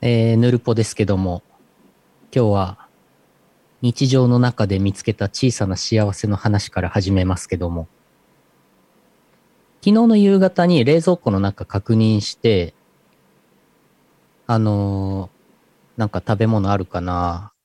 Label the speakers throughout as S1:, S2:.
S1: えー、ぬるぽですけども、今日は日常の中で見つけた小さな幸せの話から始めますけども、昨日の夕方に冷蔵庫の中確認して、あのーなんか食べ物あるかなっ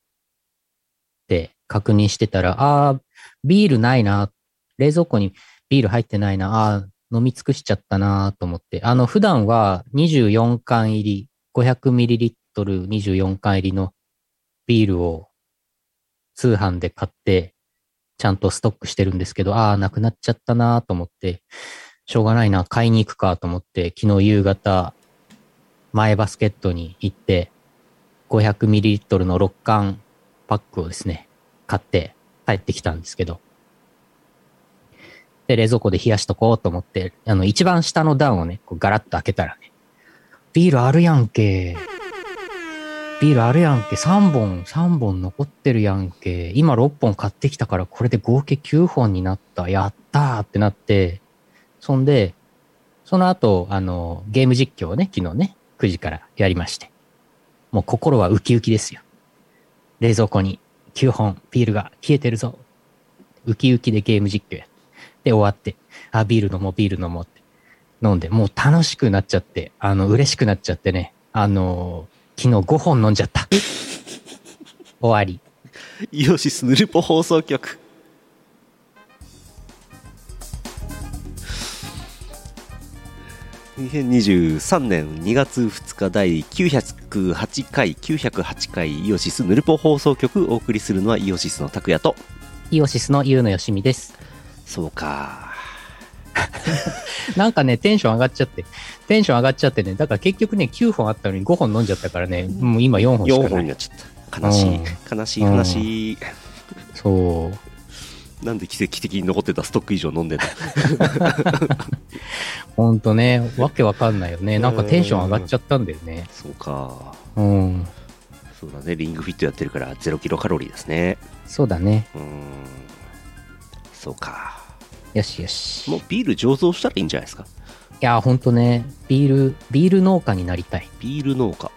S1: て確認してたら、ああー、ビールないな、冷蔵庫にビール入ってないな、ああー、飲み尽くしちゃったなと思って、あの、普段は24缶入り、500ml24 缶入りのビールを通販で買って、ちゃんとストックしてるんですけど、ああ、なくなっちゃったなと思って、しょうがないな、買いに行くかと思って、昨日夕方、前バスケットに行って、500ml の6缶パックをですね、買って帰ってきたんですけど。で、冷蔵庫で冷やしとこうと思って、あの、一番下の段をね、こうガラッと開けたらね、ビールあるやんけ。ビールあるやんけ。3本、3本残ってるやんけ。今6本買ってきたから、これで合計9本になった。やったーってなって、そんで、その後、あの、ゲーム実況をね、昨日ね、9時からやりまして。もう心はウキウキですよ。冷蔵庫に9本ビールが消えてるぞ。ウキウキでゲーム実況やって。で、終わって、あ、ビール飲もう、ビール飲もうって。飲んで、もう楽しくなっちゃって、あの、嬉しくなっちゃってね。あの昨日5本飲んじゃった。終わり。
S2: イオシスヌルポ放送局2023年2月2日第908回908回イオシスヌルポ放送局お送りするのはイオシスの拓也と
S1: イオシスのゆうのよしみです。
S2: そうか
S1: なんかね、テンション上がっちゃって、テンション上がっちゃってね、だから結局ね、9本あったのに5本飲んじゃったからね、もう今4本し
S2: 4
S1: かな
S2: 本
S1: い。
S2: になっちゃった悲しい、悲しい
S1: うん
S2: 悲しい、
S1: そう。
S2: なんで奇跡的に残ってたストック以上飲んでた
S1: ほんとね、わけわかんないよね。なんかテンション上がっちゃったんだよね。
S2: そうか
S1: うん。
S2: そうだねリングフィットやってるから0キロカロリーですね
S1: そうだね。
S2: うーんそうか
S1: よしよし。
S2: も
S1: いう
S2: ビール醸造したらいいんじゃないですか
S1: や、ほんとね、ビール、ビール農家になりたい。
S2: ビール農家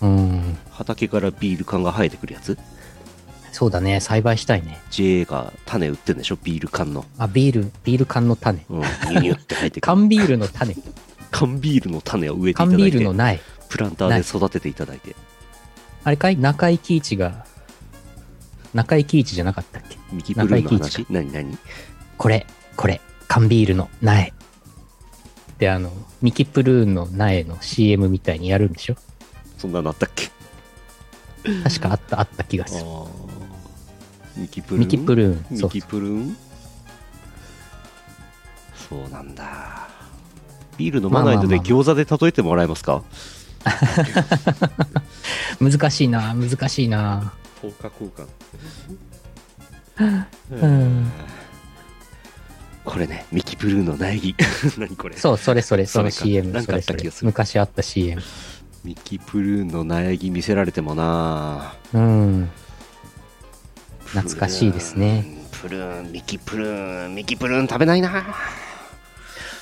S1: うん。
S2: 畑からビール缶が生えてくるやつ
S1: そうだね、栽培したいね。
S2: JA が種売ってんでしょビール缶の
S1: あ、ビール、ビール缶の種。
S2: うんニュニュって生えてくる
S1: 缶ビールの 種。
S2: 缶ビールの種を植えていた
S1: 缶
S2: だ
S1: ビ
S2: い
S1: ール
S2: て
S1: の苗。
S2: プランターで育てていただいて
S1: あれかい中井貴一が、中井貴一じゃなかったっけ
S2: 右ブルーの
S1: 中井
S2: 話何何
S1: これ、これ、缶ビールの苗。で、あの、ミキプルーンの苗の CM みたいにやるんでしょ
S2: そんなのあったっけ
S1: 確かあった、あった気がする。
S2: あーミキプルーン
S1: ミキプルーン。そ
S2: ミ
S1: う。
S2: キプルーンそうなんだビール飲まないので
S1: まあまあま
S2: 餃子で例えてもらえますか
S1: 難しいな、難しいな。
S2: 放課交換
S1: うん。
S2: これねミキブルーの苗木 何これ
S1: そう、それそれ、その
S2: それか
S1: CM
S2: な。ん
S1: そ
S2: かあ
S1: れ
S2: った
S1: そ
S2: 気
S1: れ
S2: がす。る
S1: 昔あった CM。
S2: ミキブルーの苗木見せられてもな
S1: うん。懐かしいですね
S2: プルーンプルーンミキプルーンミキプルーン食べないな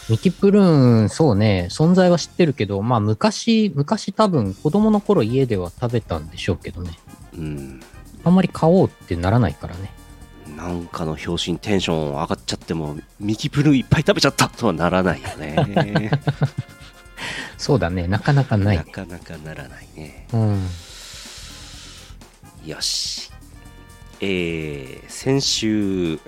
S1: ミキプルーン、そうね、存在は知ってるけど、まあ昔、昔多分子供の頃家では食べたんでしょうけどね。
S2: うん
S1: あんまり買おうってならないからね。
S2: なんかの表紙にテンション上がっちゃってもミキプルーンいっぱい食べちゃったとはならないよね
S1: そうだね、なかなか ない
S2: な
S1: ね。
S2: かなかならないね
S1: うん。
S2: よしえー先週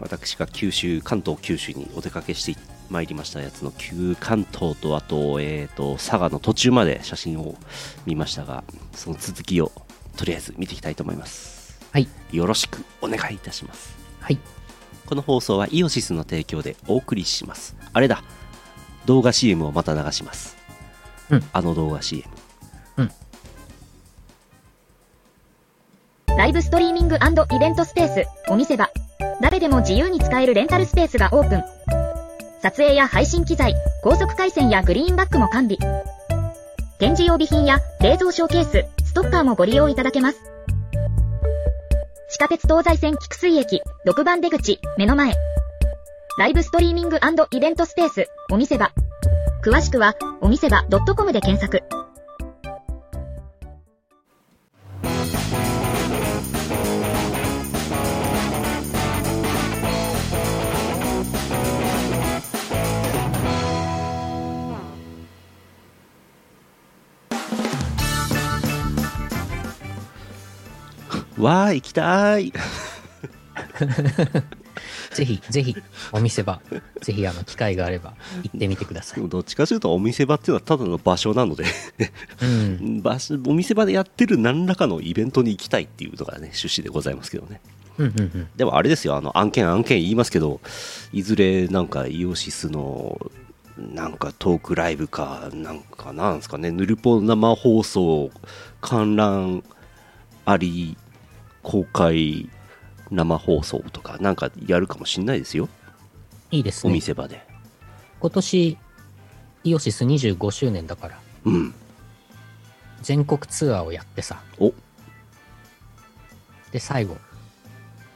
S2: 私が九州関東九州にお出かけしてまいりましたやつの旧関東とあと,、えー、と佐賀の途中まで写真を見ましたがその続きをとりあえず見ていきたいと思います
S1: はい
S2: よろしくお願いいたします
S1: はい。
S2: この放送はイオシスの提供でお送りしますあれだ動画 CM をまた流します、
S1: うん
S2: あの動画 CM
S3: ライブストリーミングイベントスペース、お店場。誰でも自由に使えるレンタルスペースがオープン。撮影や配信機材、高速回線やグリーンバックも完備。展示用備品や冷蔵ショーケース、ストッカーもご利用いただけます。地下鉄東西線菊水駅、6番出口、目の前。ライブストリーミングイベントスペース、お店場。詳しくは、お店場 .com で検索。
S2: わー、行きたーい。
S1: ぜひ、ぜひ、お店場、 ぜひ、あの、機会があれば、行ってみてくださ
S2: で
S1: い。
S2: もどっちかというとお店場っていうのはただの場所なので
S1: うん。
S2: 場所お店場でやってる何らかのイベントに行きたいっていうのがね趣旨でございますけどね
S1: うん、うん、うん。
S2: でもあれですよあの案件案件言いますけどいずれなんかイオシスのなんかトークライブかなんかなんですかねヌルポ生放送観覧あり公開生放送とかなんかやるかもしんないですよ
S1: いいです
S2: お
S1: ね。
S2: 店場で
S1: 今年、イオシス25周年だから、
S2: うん
S1: 全国ツアーをやってさ、
S2: お
S1: で、最後、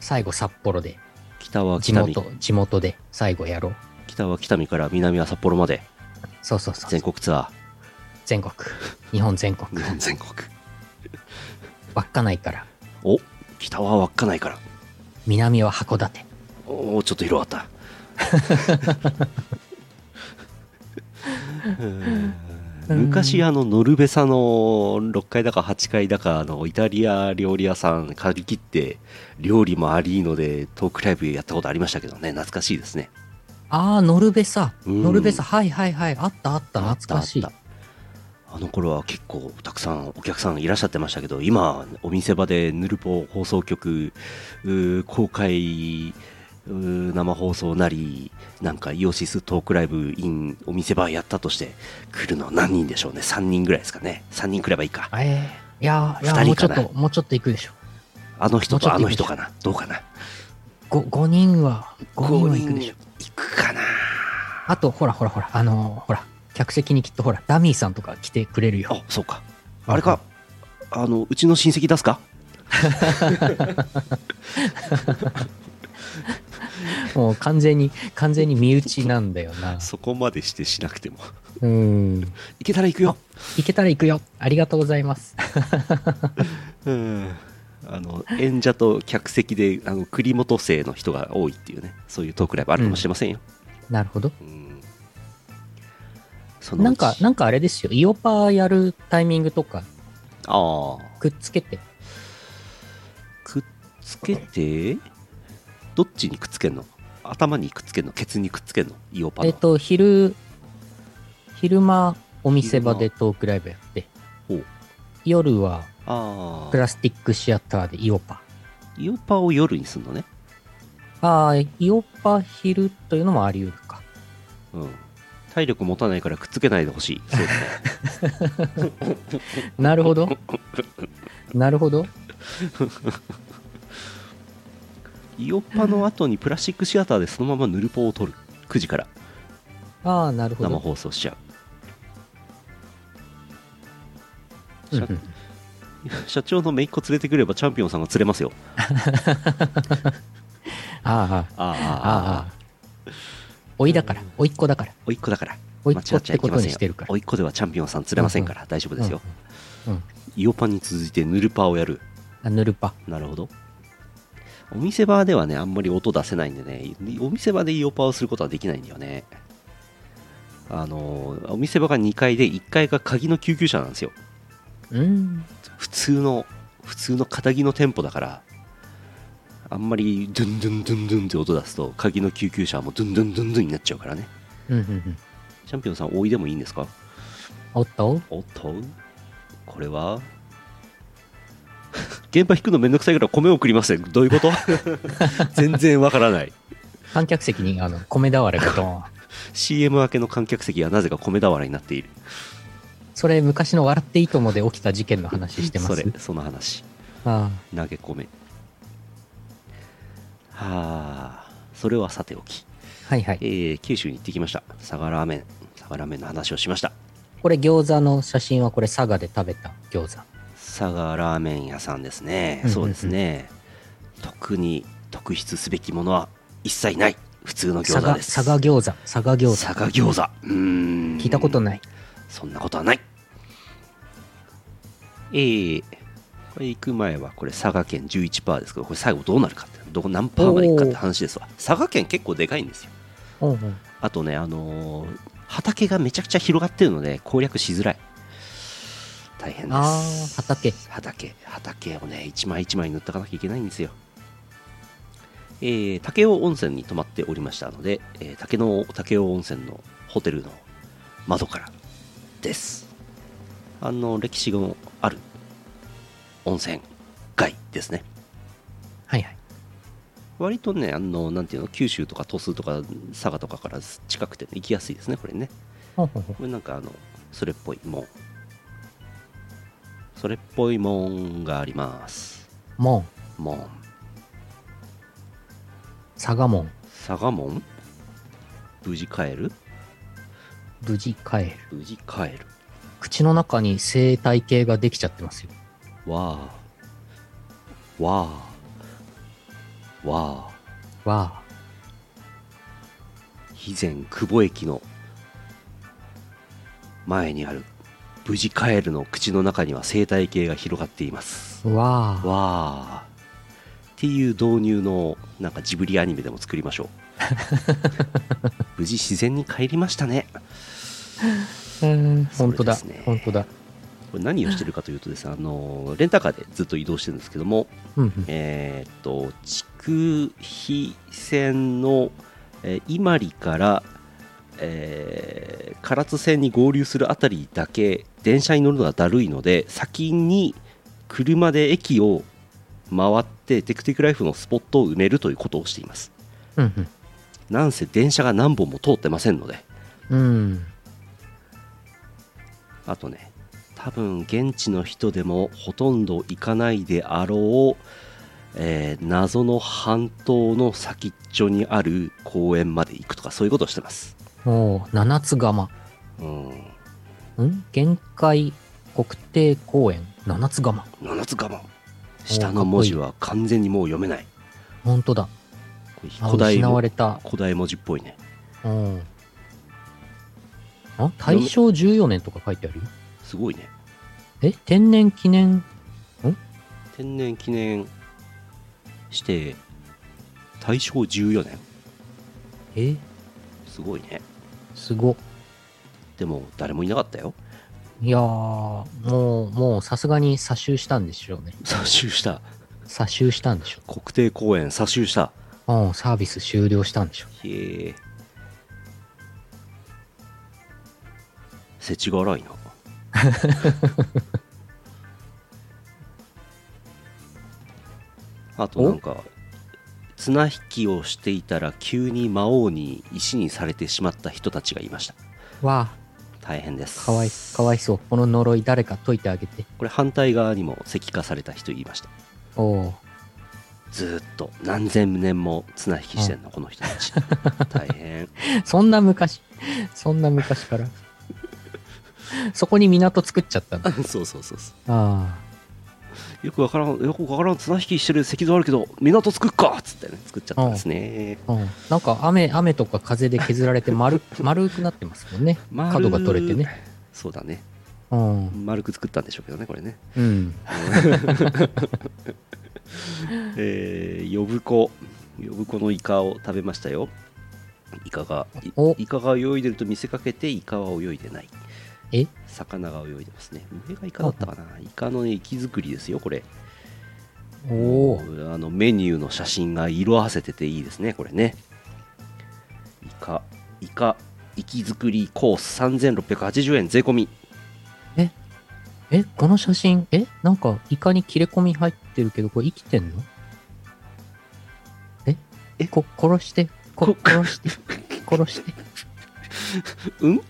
S1: 最後、札幌で、
S2: 北は
S1: 地
S2: 北見
S1: 元、地元で、最後やろう。
S2: 北は北見から南は札幌まで
S1: そうそうそう
S2: 全。国ツア
S1: 全国。日本全国
S2: ー。日本全国
S1: 稚内から、
S2: お北は稚内から
S1: 南は函館。
S2: おおちょっと広がったうーん昔あのノルベサの6階だか8階だかあのイタリア料理屋さん借り切って料理もありのでトークライブやったことありましたけどね懐かしいですね
S1: あー、ノルベサ。
S2: うん
S1: ノルベサ、はいはいはい。あったあった、
S2: あった
S1: 懐かしい
S2: あっ。たあの頃は結構たくさんお客さんいらっしゃってましたけど今お店場でヌルポ放送局うー公開うー生放送なりなんかイオシストークライブ in お店場やったとして来るの何人でしょうね3人ぐらいですかね3人来ればいいか
S1: えー、いやーいや
S2: 二
S1: ーも
S2: 人
S1: うち
S2: か
S1: ょっ
S2: な
S1: と、もうちょっと行くでしょ。
S2: あの
S1: も
S2: 人
S1: うちょっ
S2: と
S1: と
S2: あの人かなどうかな
S1: 5, 5人は、5人は
S2: 5
S1: 行くで
S2: 人
S1: しょ
S2: 行。くかな
S1: あと、ほらほらほら、あのーほら、客席にきっとほら、ダミーさんとか来てくれるよ。
S2: あそうかあれかあのうちの親戚出すか
S1: もう完全に、完全に身内なんだよ な。
S2: そこまでしてしなくても
S1: うん。
S2: 行けたら行くよ
S1: 行けたら行くよ。ありがとうござい ます。
S2: うんあの演者と客席であの栗本生の人が多いっていうねそういうトークライブあるかもしれませんよ、
S1: なるほど。
S2: うんそのうち
S1: なんか、なんかあれですよ。イオパーやるタイミングとか、
S2: ああ
S1: くっつけて。
S2: くっつけてどっちにくっつけんの頭にくっつけんのケツにくっつけんのイオパの、
S1: えっ、と、昼、昼間、お店場でトークライブやって
S2: ほう、
S1: 夜は、
S2: あ
S1: プ
S2: あ
S1: ラスティックシアターでイオパ
S2: イオパを夜にすんのね
S1: ー。ああ、イオパー昼というのもあり得るか。
S2: うん体力持たないからくっつけないでほしいそう だね
S1: なるほど。なるほ ど。
S2: イオパの後にプラスチックシアターでそのままヌルポを取る9時から
S1: ああ、なるほ
S2: 生
S1: ど。
S2: 放送しちゃう、
S1: う
S2: 社
S1: んうん
S2: 社 長の姪っ子連れてくればチャンピオンさんが釣れますよ
S1: ああ、
S2: ああ
S1: ああ、ああ。おいだから、おいっ子だから。
S2: おいっ子だから
S1: おいっ
S2: 間
S1: 子
S2: 違
S1: っ
S2: っちゃ
S1: て
S2: いけ
S1: こと
S2: ませ
S1: に
S2: ん
S1: して
S2: よ
S1: るから。
S2: おいっ子ではチャンピオンさん釣れませんから大丈夫ですよ、
S1: うん。うん
S2: イオパに続いてヌルパをやる
S1: あ、ぬるぱ。
S2: なるほどお店場ではねあんまり音出せないんでねお店場でイオパをすることはできないんだよねあのお店場が2階で1階が鍵の救急車なんですよ
S1: うん。
S2: 普通の普通の片木のテンポだからあんまりドゥンドゥンドゥンドゥンって音出すと鍵の救急車はもうドゥンドゥンドゥンドゥンになっちゃうからね
S1: うんうんうん。
S2: チャンピオンさんおいでもいいんですか
S1: おっと
S2: おっとこれは 現場引くのめんどくさいから米を送りませんどういうこと 全然わからない
S1: 観客席に、あの、米俵がドー ン。
S2: CM 明けの観客席はなぜか米俵になっている
S1: それ、昔の笑っていいともで起きた事件の話してます。
S2: それその話
S1: あ
S2: 投げ込めはあそれはさておき
S1: あはいはい。
S2: えー九州に行ってきました佐賀ラーメン佐賀ラーメンの話をしました
S1: これ、餃子の写真はこれ、佐賀で食べた餃子。
S2: 佐賀ラーメン屋さんです
S1: うん
S2: ね、
S1: うんうん
S2: そうですね特に特筆すべきものは一切ない普通の餃
S1: 佐
S2: 子
S1: 賀、
S2: です
S1: 佐賀餃子、佐賀餃
S2: 佐賀餃子うーん
S1: 子。聞いたこと
S2: な
S1: ない。
S2: いそんなことはないえー、これ行く前はこれ佐賀県11%ですけどこれ最後どうなるかってどこ何パーまで行くかって話ですわ佐賀県結構でかいんですよ
S1: うんうん。
S2: あとね、あのー畑がめちゃくちゃ広がってるので攻略しづらい。大変で
S1: あー
S2: す
S1: 畑
S2: 畑畑をね一枚一枚塗ってかなきゃいけないんですよえー武雄温泉に泊まっておりましたので、えー竹の武雄温泉のホテルの窓からですあの歴史のある温泉街ですね
S1: はいはい。
S2: 割とねあのなんていうの九州とか鳥栖とか佐賀とかから近くて行きやすいですねこれね
S1: ほうほうほう
S2: これなんかあのそれっぽいもんそれっぽいもんがあります
S1: 門、
S2: もん
S1: 佐賀門、
S2: 佐賀もん無事帰る
S1: 無事帰る。
S2: 無事帰る
S1: 口の中に生態系ができちゃってますよ。
S2: わあわあわあ
S1: わ
S2: 肥前久保駅の前にある無事帰るの口の中には生態系が広がっています
S1: あ、わあ。
S2: わーっていう導入のなんかジブリアニメでも作りましょう無事自然に帰りましたね
S1: うん本当だ、
S2: そうですね
S1: 本当だ。
S2: これ何をしてるかというとですねあのレンタカーでずっと移動してるんですけども
S1: うんうん。
S2: えーっと筑肥線の、えー伊万里から、えー唐津線に合流するあたりだけ電車に乗るのがだるいので先に車で駅を回ってテクテクライフのスポットを埋めるということをしています
S1: うん
S2: なんせ電車が何本も通ってませんので
S1: うん。うん。
S2: あとね多分現地の人でもほとんど行かないであろう、えー謎の半島の先っちょにある公園まで行くとかそういうことをしてます
S1: おう七つ釜。
S2: うん
S1: ん限界国定公園七つ釜。
S2: 七つ我慢下の文字は完全にもう読めない
S1: 本当だ。
S2: これ
S1: あ
S2: 古代
S1: 失わ
S2: 文
S1: れた。
S2: 古代文字っぽいね
S1: うん。あ大正14年とか書いてあるよ。
S2: すごいね
S1: え天然記念
S2: 天然記念して大正14年
S1: え
S2: すごいね
S1: すご。
S2: でも誰もいなかったよ
S1: いやー、もう、もうさすがに殺集したんでしょうね。
S2: 殺集した
S1: 殺集したんでしょ
S2: 国定公園殺集した
S1: う。うん、サービス終了したんでしょ
S2: へえ。世知 辛いな。あとなんか綱引きをしていたら急に魔王に石にされてしまった人たちがいました
S1: う。わ
S2: 大変です
S1: あ、かわい、かわいそう。この呪い誰か解いてあげて。
S2: これ反対側にも石化された人いました
S1: おう。
S2: ずーっと何千年も綱引きしてんのこの人たち大 変
S1: そんな昔、そんな昔から。 そこに港作っちゃったの。あ
S2: そうそうそうそう
S1: あ。
S2: よくわからん、よくわからん綱引きしてる石像あるけど、港作っかっつってね、作っちゃったんですね。
S1: うん、なんか雨雨とか風で削られて丸丸くなってますもんね
S2: 丸
S1: 角が取れてね。
S2: そうだね。
S1: うん、
S2: 丸く作ったんでしょうけどね、これね。
S1: うん、
S2: えー、呼子。呼子のイカを食べましたよ。イカが、い
S1: お
S2: イカが泳いでると見せかけて、イカは泳いでない。
S1: え
S2: 魚が泳いでますね。上がイカだったかな。イカのね、息作りですよ、これ。
S1: おおー
S2: あのメニューの写真が色あせてていいですねこれねイカイカ息作りコース3680円税込み
S1: えこの写真えなんかイカに切れ込み入ってるけどこれ生きてんのえ
S2: え
S1: えこ殺してこ
S2: こ
S1: 殺 して殺して
S2: うん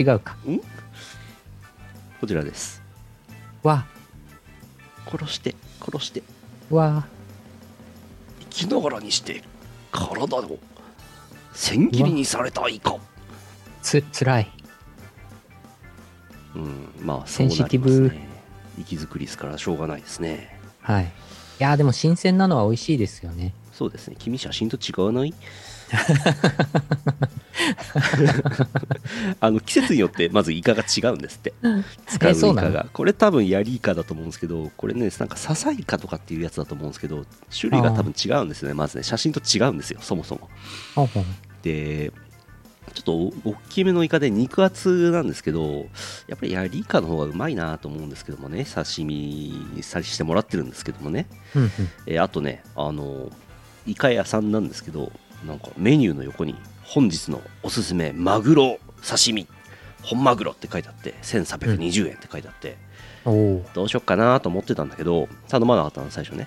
S1: 違うか
S2: こちらです
S1: わ
S2: 殺して殺して
S1: わ
S2: 生きながらにして体を千切りにされたイカ
S1: つつらい
S2: うんまあそ
S1: セ
S2: う
S1: ン
S2: な
S1: シティ
S2: りま
S1: ブ
S2: すね息作りですからしょうがないですね
S1: はいいやーでも新鮮なのは美味しいですよね
S2: そうですね君写真と違わない あの季節によってまずイカが違うんですって使うイ
S1: えそうな
S2: カ
S1: の
S2: がこれ多分ヤリイカだと思うんですけどこれねなんかササイカとかっていうやつだと思うんですけど種類が多分違うんですよねまずね写真と違うんですよそもそも
S1: ほんほん
S2: でちょっと大きめのイカで肉厚なんですけど、やっぱりヤリイカの方がうまいなと思うんですけどもね、刺身さしてもらってるんですけどもね、
S1: うんうん
S2: えーあとね、あの、イカ屋さんなんですけど、なんかメニューの横に、本日のおすすめマグロ刺身、本マグロって書いてあって、1320円って書いてあって、
S1: おー
S2: どうしよっかなと思ってたんだけど頼まなかったの最初ね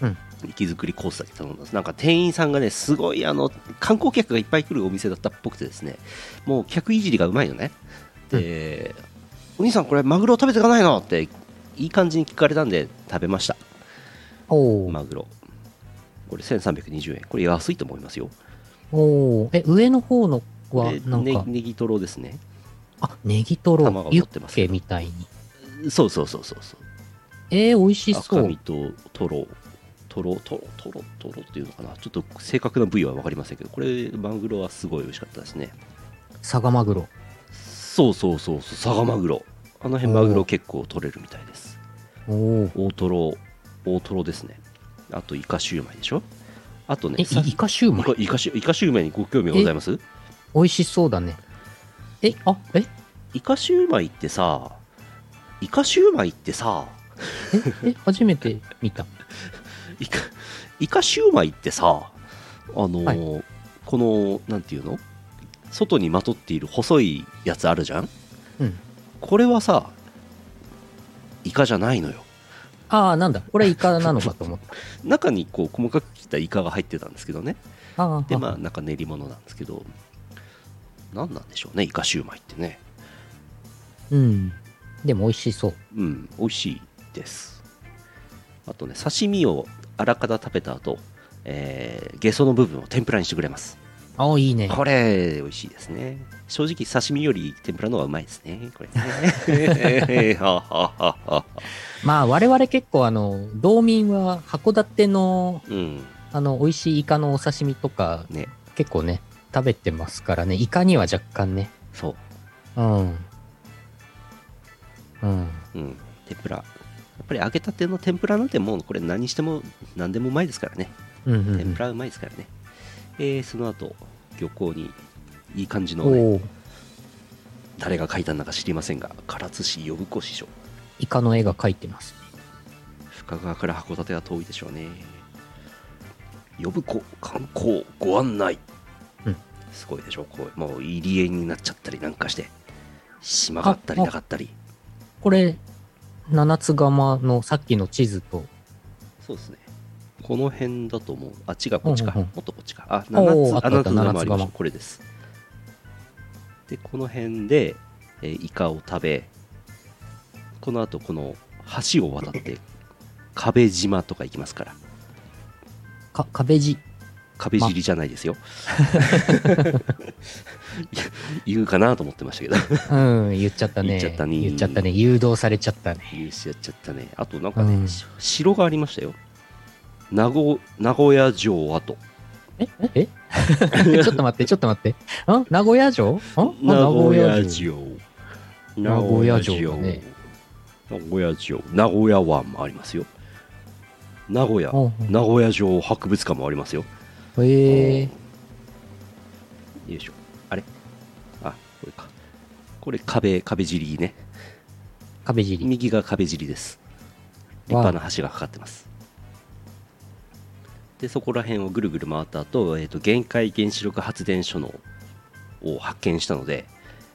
S1: うん
S2: 息づくりコースだけ頼んだんですなんか店員さんがねすごいあの観光客がいっぱい来るお店だったっぽくてですねもう客いじりがうまいのねで、お兄さんこれマグロ食べていかないのっていい感じに聞かれたんで食べました
S1: おー
S2: マグロこれ1320円これ安いと思いますよ
S1: おーえ、上の方のは
S2: で、
S1: なん
S2: ね
S1: か、
S2: ネギトロですね
S1: あ、ネギトロ
S2: 卵、
S1: ユ
S2: 持ってま
S1: ッ
S2: す
S1: ケみたいに。
S2: そうそうそうそうそう
S1: えー、美味しそ
S2: 赤
S1: う
S2: 身。とトロトロトロトロトロっていうのかなちょっと正確な部位は分かりませんけどこれマグロはすごい美味しかったですね
S1: サガマグロ。
S2: そうそうそうそうサガマグロあの辺マグロ結構取れるみたいです
S1: おお。
S2: 大トロ大トロですねあとイカシューマイでしょあと
S1: え、
S2: ね
S1: い
S2: さ
S1: イカシューマ
S2: イ
S1: イ
S2: カイカシュイカシューマイにご興味ございます
S1: 美味しそうだね。え、あ、 え、
S2: イカシューマイってさイカシューマイってさ
S1: え、え、初めて見た。
S2: イカイカシューマイってさあのー
S1: は
S2: このなんていうの外にまとっている細いやつあるじゃん
S1: うん。
S2: これはさイカじゃないのよ
S1: ああ、なんだ。これイカなのかと思った。
S2: 中にこう細かく切ったイカが入ってたんですけどね
S1: ああ、
S2: でまあなんか練り物なんですけど何なんでしょうねイカシューマイってね
S1: うん。でも美味しそう。
S2: うん美味しいですあとね刺身をあらかた食べた後、えー、ゲソの部分を天ぷらにしてくれます
S1: ああ、いいね。
S2: これ美味しいですね正直刺身より天ぷらの方がうまいですねこれねはははは
S1: まあ、我々結構、あの、道民は函館の、
S2: うん
S1: あの、美味しいイカのお刺身とか、
S2: ね
S1: 結構ね、食べてますからね。イカには若干ね。
S2: そ
S1: うん。うん。
S2: ううん天ぷらやっぱり揚げたての天ぷらなんてもうこれ何しても何でもうまいですからね
S1: うんうん、う
S2: 天
S1: ん
S2: ぷ。らうまいですからね、えーその後漁港にいい感じの、ね、
S1: おおー
S2: 誰が書いたんだか知りませんが唐津市呼子師匠
S1: イカの絵が描いてます。
S2: 深川から函館は遠いでしょうね呼子観光ご案内、
S1: うん
S2: すごいでしょこうもう入り江になっちゃったりなんかして島があったり
S1: あ
S2: なかったり
S1: これ、七つ釜のさっきの地図と、
S2: そうですねこの辺だと思うあ違うこっちか、
S1: うんうんうん
S2: もっとこっちかあ
S1: おーあ
S2: 7つ
S1: っ
S2: あ
S1: たあ
S2: 7
S1: った
S2: つがあ
S1: 七つ
S2: り
S1: 釜
S2: ましたこれですでこの辺で、えーイカを食べこの後この橋を 渡って壁島とか行きますから
S1: か、壁地。
S2: 壁尻じゃないで すよ。いや言うかなと思ってましたけ ど、
S1: うん、言っちゃったね。
S2: 言っちゃったね
S1: 言っちゃったね誘導されちゃったね。
S2: 言うしやっちゃったね。あとなんかね、
S1: うん
S2: し城がありましたよ。名古名古屋城跡。
S1: ええ えちょっと待って、ちょっと待って。ん名古屋城んあ
S2: 名古屋。城。
S1: 名古屋城だね
S2: 名古屋城。名古屋湾もありますよ。名古屋。
S1: うん
S2: 名古屋城博物館もありますよ。
S1: うんへえ。
S2: よいしょ。あれあ、これか。これ壁、壁尻ね。
S1: 壁尻。
S2: 右が壁尻です立派な橋がかかってますでそこら辺をぐるぐる回った後、えー、と限界原子力発電所のを発見したので、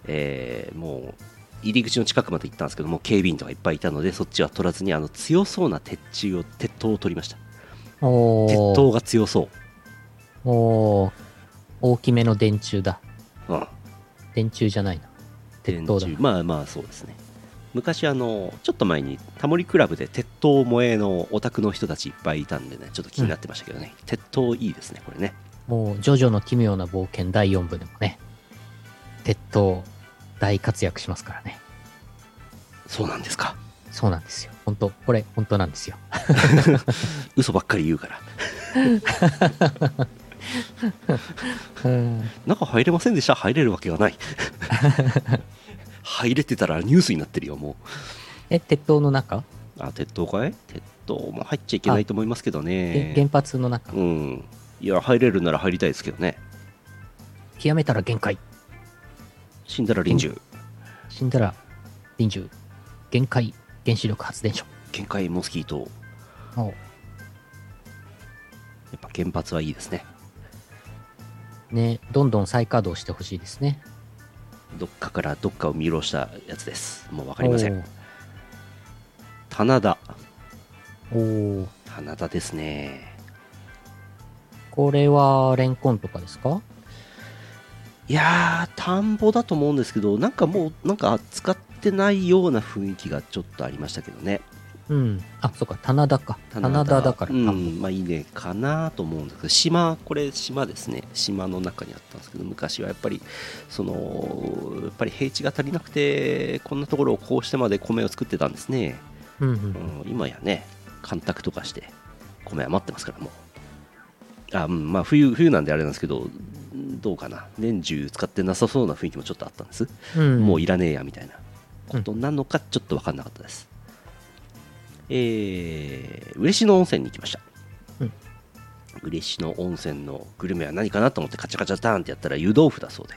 S2: えーもう入り口の近くまで行ったんですけども警備員とかいっぱいいたのでそっちは取らずにあの強そうな鉄柱を鉄塔を取りました
S1: おお。
S2: 鉄塔が強そ
S1: おおー。大きめの電柱だ。
S2: う、うん、
S1: 電柱じゃないな。
S2: 鉄
S1: 塔だ
S2: まあまあそうですね昔あのちょっと前にタモリクラブで鉄塔萌えのオタクの人たちいっぱいいたんでねちょっと気になってましたけどね、鉄塔いいですねこれね
S1: もう、ジョジョの奇妙な冒険第4部でもね、鉄塔、大活躍しますからね。
S2: そうなんですか
S1: そうなんですよ。本当これ、本当なんですよ。
S2: 嘘ばっかり言うから
S1: うん。
S2: 中入れませんでした入れるわけがない入れてたらニュースになってるよも
S1: え、鉄塔の中、
S2: うあ鉄塔かい鉄塔も入っちゃいけないと思いますけど
S1: げ
S2: ね
S1: 原発の中、
S2: うんいや入れるなら入りたいですけどね
S1: 極めたら限界。
S2: 死んだら臨終。
S1: 死んだら臨終限界原子力発電所
S2: 限界モスキート。
S1: おう
S2: やっぱ原発はいいですね。
S1: ねどんどん再稼働してほしいですね
S2: どっかからどっかを見下ろしたやつです。もうわかりません。
S1: ん
S2: 棚田。
S1: おうおう
S2: 棚田ですね。
S1: これはレンコンとかですか
S2: いやー、田んぼだと思うんですけど、なんかもう、なんか使ってないような雰囲気がちょっとありましたけどね。
S1: うんあそうか棚田か棚田だから、
S2: う
S1: あ
S2: ん、まあいいねかなと思うんですけど、島、これ島ですね。島の中にあったんですけど、昔はやっぱり、その、やっぱり平地が足りなくて、こんなところをこうしてまで米を作ってたんですね。
S1: うんうん
S2: うん、今やね、干拓とかして、米余ってますから、もう。あ、うん、まあ冬、冬なんであれなんですけど、どうかな。年中使ってなさそうな雰囲気もちょっとあったんです。
S1: うん
S2: もういらねえやみたいなことなのかちょっと分かんなかったです、えー、嬉野温泉に行きました、
S1: うん
S2: 嬉野温泉のグルメは何かなと思ってカチャカチャターンってやったら湯豆腐だそうで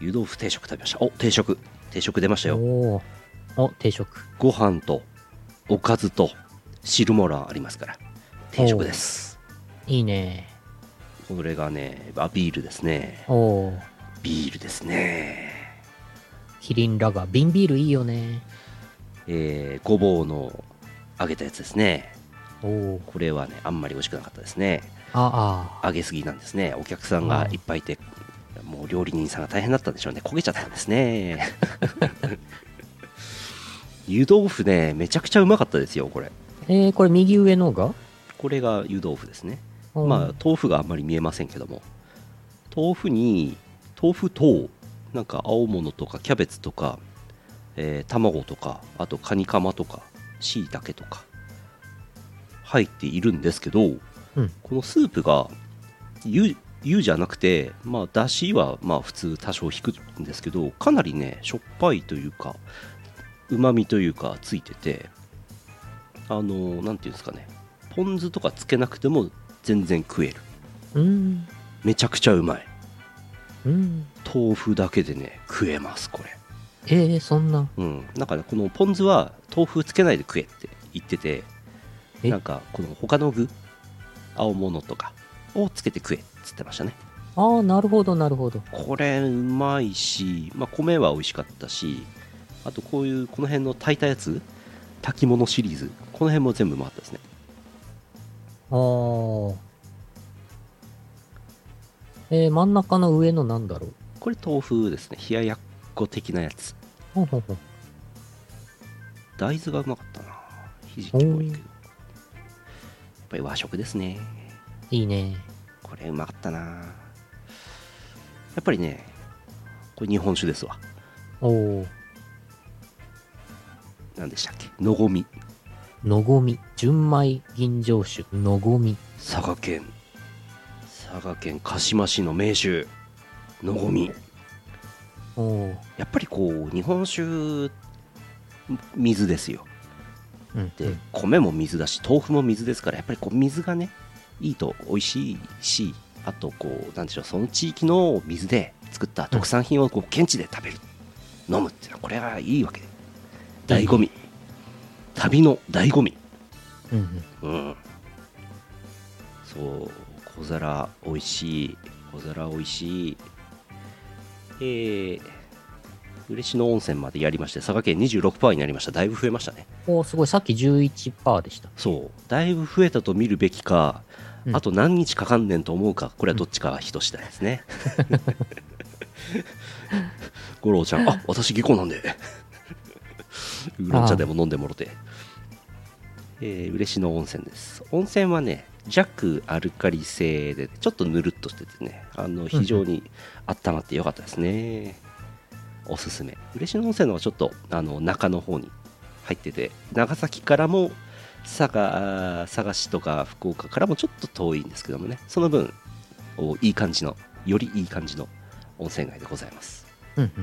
S2: 湯豆腐定食食べましたお定食定食出ましたよ
S1: おーお定食
S2: ご飯とおかずと汁もらありますから定食です
S1: いいね
S2: これがねあビールですね
S1: おおー
S2: ビールですね
S1: キリンラガー瓶ビールいいよね
S2: えー、ごぼうの揚げたやつですね
S1: おお
S2: これはねあんまり美味しくなかったですね
S1: ああ
S2: 揚げすぎなんですねお客さんがいっぱいいて、もう料理人さんが大変だったんでしょうね焦げちゃったんですね 湯豆腐ねめちゃくちゃうまかったですよこれ
S1: えー、これ右上のが
S2: これが湯豆腐ですね
S1: おー
S2: まあ豆腐があんまり見えませんけども豆腐に豆腐となんか青物とかキャベツとか、えー卵とかあとカニカマとかしいたけとか入っているんですけど、このスープが湯湯じゃなくてまあだしはまあ普通多少引くんですけどかなりねしょっぱいというかうまみというかついててあのなんていうんですかねポン酢とかつけなくても全然食える
S1: うん
S2: めちゃくちゃうまい
S1: うん
S2: 豆腐だけでね食えますこれ
S1: えー、そんな
S2: うんなんかねこのポン酢は豆腐つけないで食えって言ってて
S1: え
S2: なんかこの他の具青物とかをつけて食えっつってましたね
S1: ああなるほどなるほど
S2: これうまいし、まあ、米は美味しかったしあとこういうこの辺の炊いたやつ炊き物シリーズこの辺も全部うまかったですね
S1: あーえー、真ん中の上のなんだろう
S2: これ豆腐ですね冷ややっこ的なやつ
S1: ほんほんほん
S2: 大豆がうまかったなひじきもいいけどやっぱり和食ですね
S1: いいね
S2: これうまかったなやっぱりねこれ日本酒ですわ
S1: おお
S2: 何でしたっけのごみ
S1: のごみ純米吟醸酒のごみ
S2: 佐賀県佐賀県鹿島市の名酒のごみ
S1: おお
S2: やっぱりこう日本酒水ですよ
S1: うん
S2: で米も水だし豆腐も水ですからやっぱりこう水がねいいと美味しいしあとこうなんでしょうその地域の水で作った特産品をこう現地で食べる飲むっていうのはこれがいいわけで醍醐味旅の醍醐味
S1: うんうん
S2: うんそう小皿美味しい小皿美味しいえー、嬉野温泉までやりまして佐賀県26%になりましただいぶ増えましたね
S1: おおすごいさっき11%でした
S2: そうだいぶ増えたと見るべきか、
S1: うん
S2: あと何日かかんねんと思うかこれはどっちかは人次第ですね 五郎ちゃんあ私下校なんでウーロン茶でも飲んでもろてえー、嬉野温泉です温泉はね弱アルカリ性でちょっとぬるっとしててねあの非常に温まってよかったですね、おすすめ嬉野温泉の方はちょっとあの中の方に入ってて長崎からも佐賀あー佐賀市とか福岡からもちょっと遠いんですけどもねその分おいい感じのよりいい感じの温泉街でございます
S1: うん
S2: こ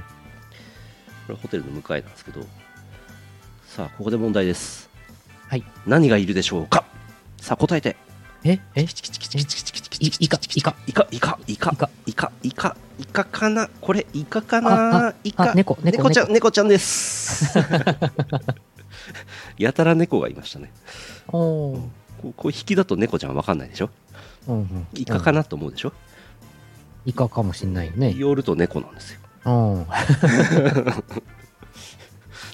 S2: れホテルの向かいなんですけどさあここで問題です
S1: はい
S2: 何がいるでしょうかさあ答えて
S1: うんええ
S2: チキチキチキチキチキチキ
S1: いイカ、イカ。
S2: イカ、イカ、イカ、イ
S1: イ
S2: カ
S1: カ、
S2: イカ、イカ、イカかなこれ、イカかなイ
S1: あ
S2: カ、、
S1: 猫、猫、
S2: 猫ちゃん、猫ちゃ んです。やたら猫がいましたね。
S1: おー
S2: こうこう引きだと猫ちゃんわかんないでしょ
S1: うんうん
S2: イカかなと思うでしょ
S1: イカかもしんないよね。
S2: 寄ると猫なんですよ。
S1: うん。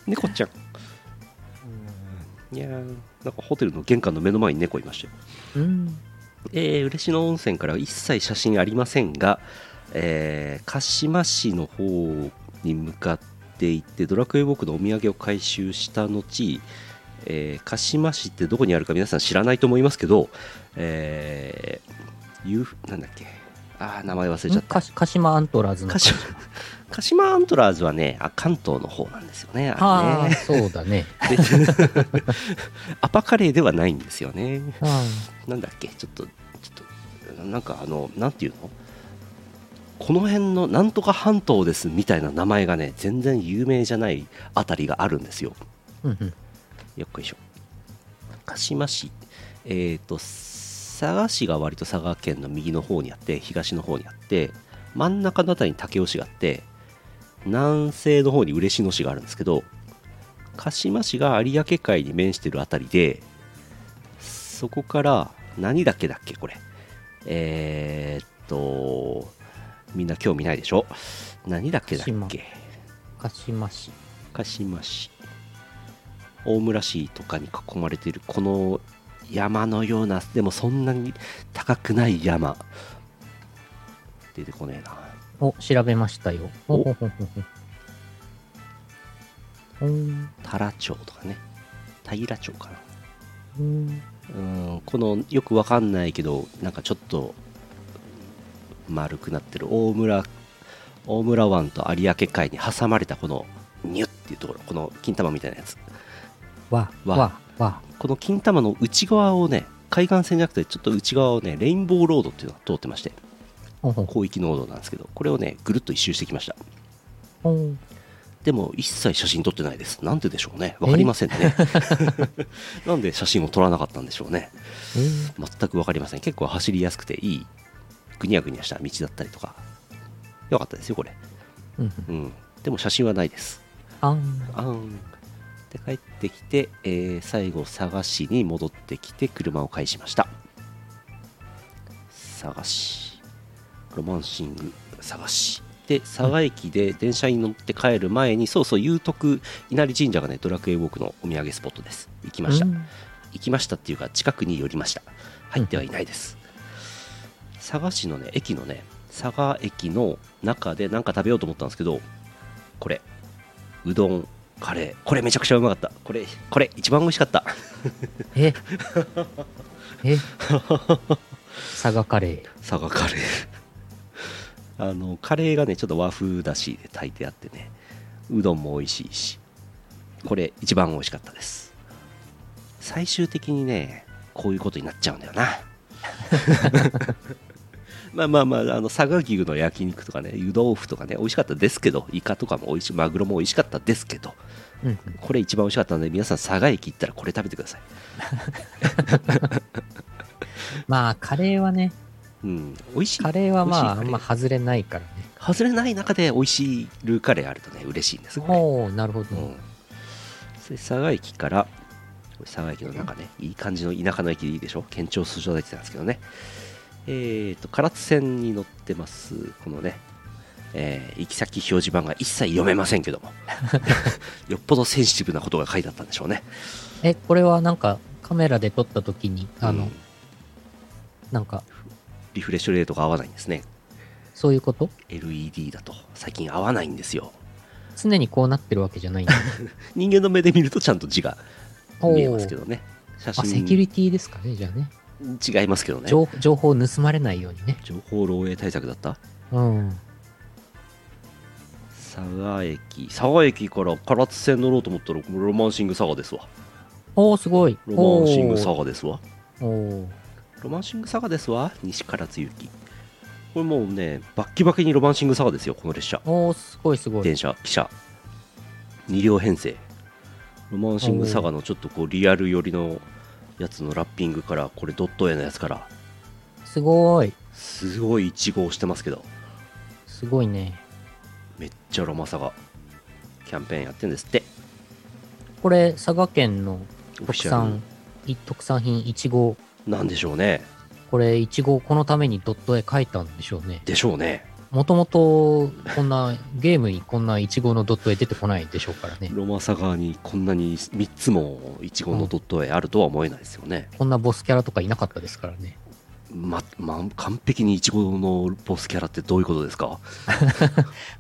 S2: 猫ちゃん。いやーなんかホテルの玄関の目の前に猫いましたよ。
S1: うん。
S2: えー、嬉野温泉からは一切写真ありませんが、えー、鹿島市の方に向かって行ってドラクエウォークのお土産を回収した後、えー、鹿島市ってどこにあるか皆さん知らないと思いますけど、えー、ゆうなんだっけあー名前忘れちゃった
S1: かし鹿島アントラーズの
S2: 鹿。島鹿島アントラーズはねあ関東の方なんですよねあ
S1: あ
S2: れ
S1: あ、
S2: ね
S1: そうだね。
S2: でアパカレーではないんですよねなんだっけちょっとちょっとなんかあのなんていうのこの辺のなんとか半島ですみたいな名前がね全然有名じゃないあたりがあるんですよ
S1: うんうん。
S2: よっこいしょ鹿島市えっ、と佐賀市が割と佐賀県の右の方にあって東の方にあって真ん中のあたりに武雄市があって南西の方に嬉野市があるんですけど鹿島市が有明海に面してるあたりでそこから何だっけだっけこれえー、っとみんな興味ないでしょ何だっけだっ
S1: 鹿
S2: け
S1: 鹿島市。
S2: 鹿島市大村市とかに囲まれているこの山のようなでもそんなに高くない山出てこねえな
S1: お、調べましたよ。
S2: お
S1: ほほほほほうん
S2: 太良町とかね平町かな
S1: うん
S2: うんこのよくわかんないけどなんかちょっと丸くなってる大村大村湾と有明海に挟まれたこのニュッっていうところこの金玉みたいなやつ
S1: わ、
S2: わ
S1: わ、わ。
S2: この金玉の内側をね海岸線じゃなくてちょっと内側をねレインボーロードっていうのが通ってまして
S1: ほうほう
S2: 広域濃度なんですけどこれをねぐるっと一周してきました
S1: ほう
S2: でも一切写真撮ってないですなんででしょうねわかりませんね なんで写真を撮らなかったんでしょうね
S1: えー
S2: 全くわかりません結構走りやすくていいぐにゃぐにゃした道だったりとかよかったですよこれ
S1: うんうん
S2: うんでも写真はないです
S1: あん
S2: あんで帰ってきて、えー最後佐賀市に戻ってきて車を返しました佐賀市ロマンシング佐賀市で佐賀駅で電車に乗って帰る前に、そうそう祐徳稲荷神社がねドラクエウォークのお土産スポットです行きました、
S1: うん
S2: 行きましたっていうか近くに寄りました入ってはいないです、佐賀市のね駅のね佐賀駅の中で何か食べようと思ったんですけどこれうどんカレーこれめちゃくちゃうまかったこれこれ一番美味しかった
S1: ええ佐賀カレ
S2: 佐賀カレー あのカレーがねちょっと和風だしで炊いてあってねうどんも美味しいしこれ一番美味しかったです最終的にねこういうことになっちゃうん だよなまあまあまああの佐賀牛の焼肉とかね湯豆腐とかね美味しかったですけどイカとかも美味しいマグロも美味しかったですけど
S1: ー。うん
S2: これ一番美味しかったので皆さん佐賀駅行ったらこれ食べてください
S1: まあ、カレーはね、
S2: うん美味しい
S1: カレーはまあ、あ
S2: 美味しいカレー
S1: んま外れないからね。
S2: 外れない中で美味しいルーカレーあるとね嬉しいんですこれ
S1: おおなるほ
S2: う
S1: ど。
S2: ん、それ佐賀駅からこれ佐賀駅の中ねいい感じの田舎の駅でいいでしょ県庁筋を出てたんですけどねえー、と唐津線に乗ってますこのねえー行き先表示板が一切読めませんけど も よっぽどセンシティブなことが書いてあったんでしょうね
S1: え、これはなんか、カメラで撮った時に、あの、
S2: うん
S1: なんか、
S2: リフレッシュレートが合わないんですね
S1: そういうこと
S2: LED だと最近合わないんですよ
S1: 常にこうなってるわけじゃないんだ。
S2: 人間の目で見るとちゃんと字が
S1: お
S2: 見えますけ
S1: ー
S2: どね写
S1: あ、セキュ
S2: 真
S1: リティですかね、じゃあね。
S2: 違いますけどね
S1: 情情報盗まれないようにね。
S2: 情報漏洩対策だった
S1: うん。
S2: 佐賀駅佐賀駅から唐津線乗ろうと思ったらロマンシング佐賀ですわ
S1: おおすごい。
S2: ロマンシング佐
S1: お
S2: 賀ですわ
S1: ーおー
S2: ロマンシング佐賀ですわ西唐津行きこれもうねバッキバキにロマンシング佐賀ですよこの列車
S1: おーすごいすごい。
S2: 電車汽車2両編成ロマンシング佐賀のちょっとこうリアル寄りのやつのラッピングからこれドット絵のやつから
S1: すごい。
S2: すごいイチゴをしてますけど
S1: すごいね。
S2: めっちゃロマサガキャンペーンやってんですって
S1: これ、佐賀県の
S2: オフィ
S1: 特
S2: シャル
S1: 産、い特産品、いちご。
S2: なんでしょうね
S1: これ、いちごをこのためにドット絵描いたんでしょうね。
S2: でしょうね
S1: もともと、こんな、 ゲームにこんないちごのドット絵出てこないでしょうからね。
S2: ロマサガにこんなに3つもイチゴのドット絵あるとは思えないですよね、
S1: こんなボスキャラとかいなかったですからね。
S2: ま、ま、完璧にイチゴのボスキャラってどういうことですか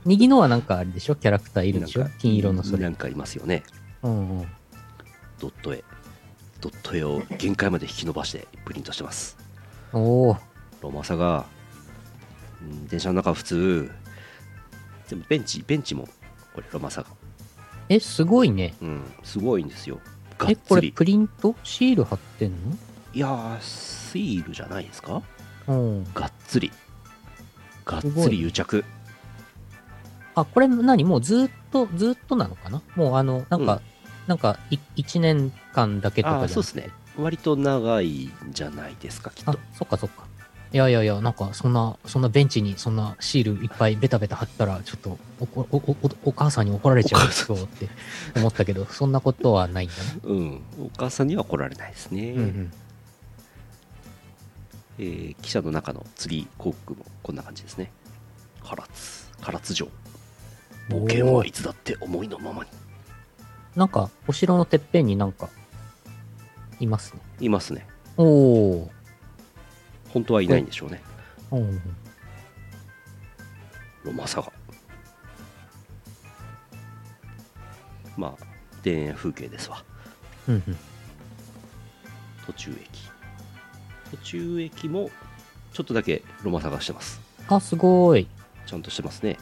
S1: 右のはなんかあれでしょキャラクターいるでしょ
S2: なんか
S1: 金色のそれ。
S2: なんかいますよね
S1: うんうん。
S2: ドット絵ドット絵を限界まで引き伸ばしてプリントしてます
S1: おお
S2: ロマサがうん電車の中は普通でもベンチベンチもこれロマサが
S1: え、すごいね。
S2: うんすごいんですよがっ
S1: え、こ
S2: つ
S1: れ
S2: り
S1: プリントシール貼ってん
S2: いやーシールじゃないですか
S1: のうん。
S2: がっつりがっ
S1: すご
S2: つ
S1: いね
S2: り癒着
S1: あ、これ何もうずーっと、ずーっとなのかなもうあの、なんか、
S2: うん
S1: なんかい、1年間だけと
S2: あ
S1: か
S2: あ
S1: じゃ
S2: そう
S1: なくて
S2: ですね割と長いんじゃないですかきっ
S1: あ
S2: と、
S1: そっかそっか。いやいやいや、なんか、そんな、そんなベンチに、そんなシールいっぱいベタベタ貼ったら、ちょっとおこおおお、お母さんに怒られちゃ
S2: お
S1: う
S2: 母さ
S1: そうって思ったけど、そんなことはないんだな。
S2: うんお母さんには来られないですね、
S1: うんうん。
S2: えー記者の中の次広告もこんな感じですね唐津唐津城冒険はいつだって思いのままに
S1: なんか、お城のてっぺんになんか、いますね。
S2: いますね
S1: おお。
S2: 本当はいないんでしょうね、
S1: うん
S2: ロマサガまあ田園風景ですわ
S1: うん。
S2: 途中駅途中駅もちょっとだけロマサガしてます
S1: あ、すごい。
S2: ちゃんとしてますね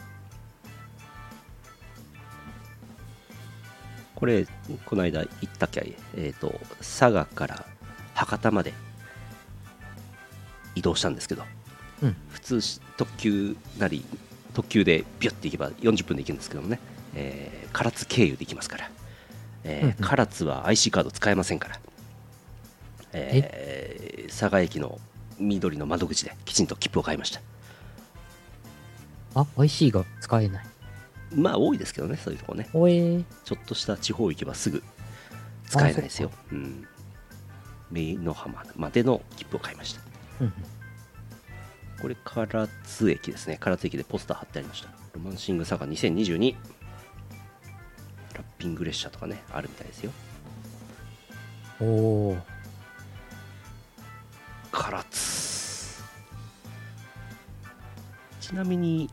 S2: これこの間行ったっけえっ、と佐賀から博多まで移動したんですけど、
S1: うん
S2: 普通し特急なり特急でビュッて行けば40分で行けるんですけどもね、えー唐津経由で行きますから、えー
S1: うんう
S2: 唐津は IC カード使えませんから、えー佐賀駅の緑の窓口できちんと切符を買いました
S1: あ、IC が使えない。
S2: まあ多いですけどね、そういうとこね。
S1: おえー。
S2: ちょっとした地方行けばすぐ使えないですよ。うん。姪の浜までの切符を買いました。
S1: うんうん。
S2: これ、唐津駅ですね。唐津駅でポスター貼ってありました。ロマンシングサガ2022。ラッピング列車とかね、あるみたいですよ。
S1: おー
S2: 唐津。ちなみに、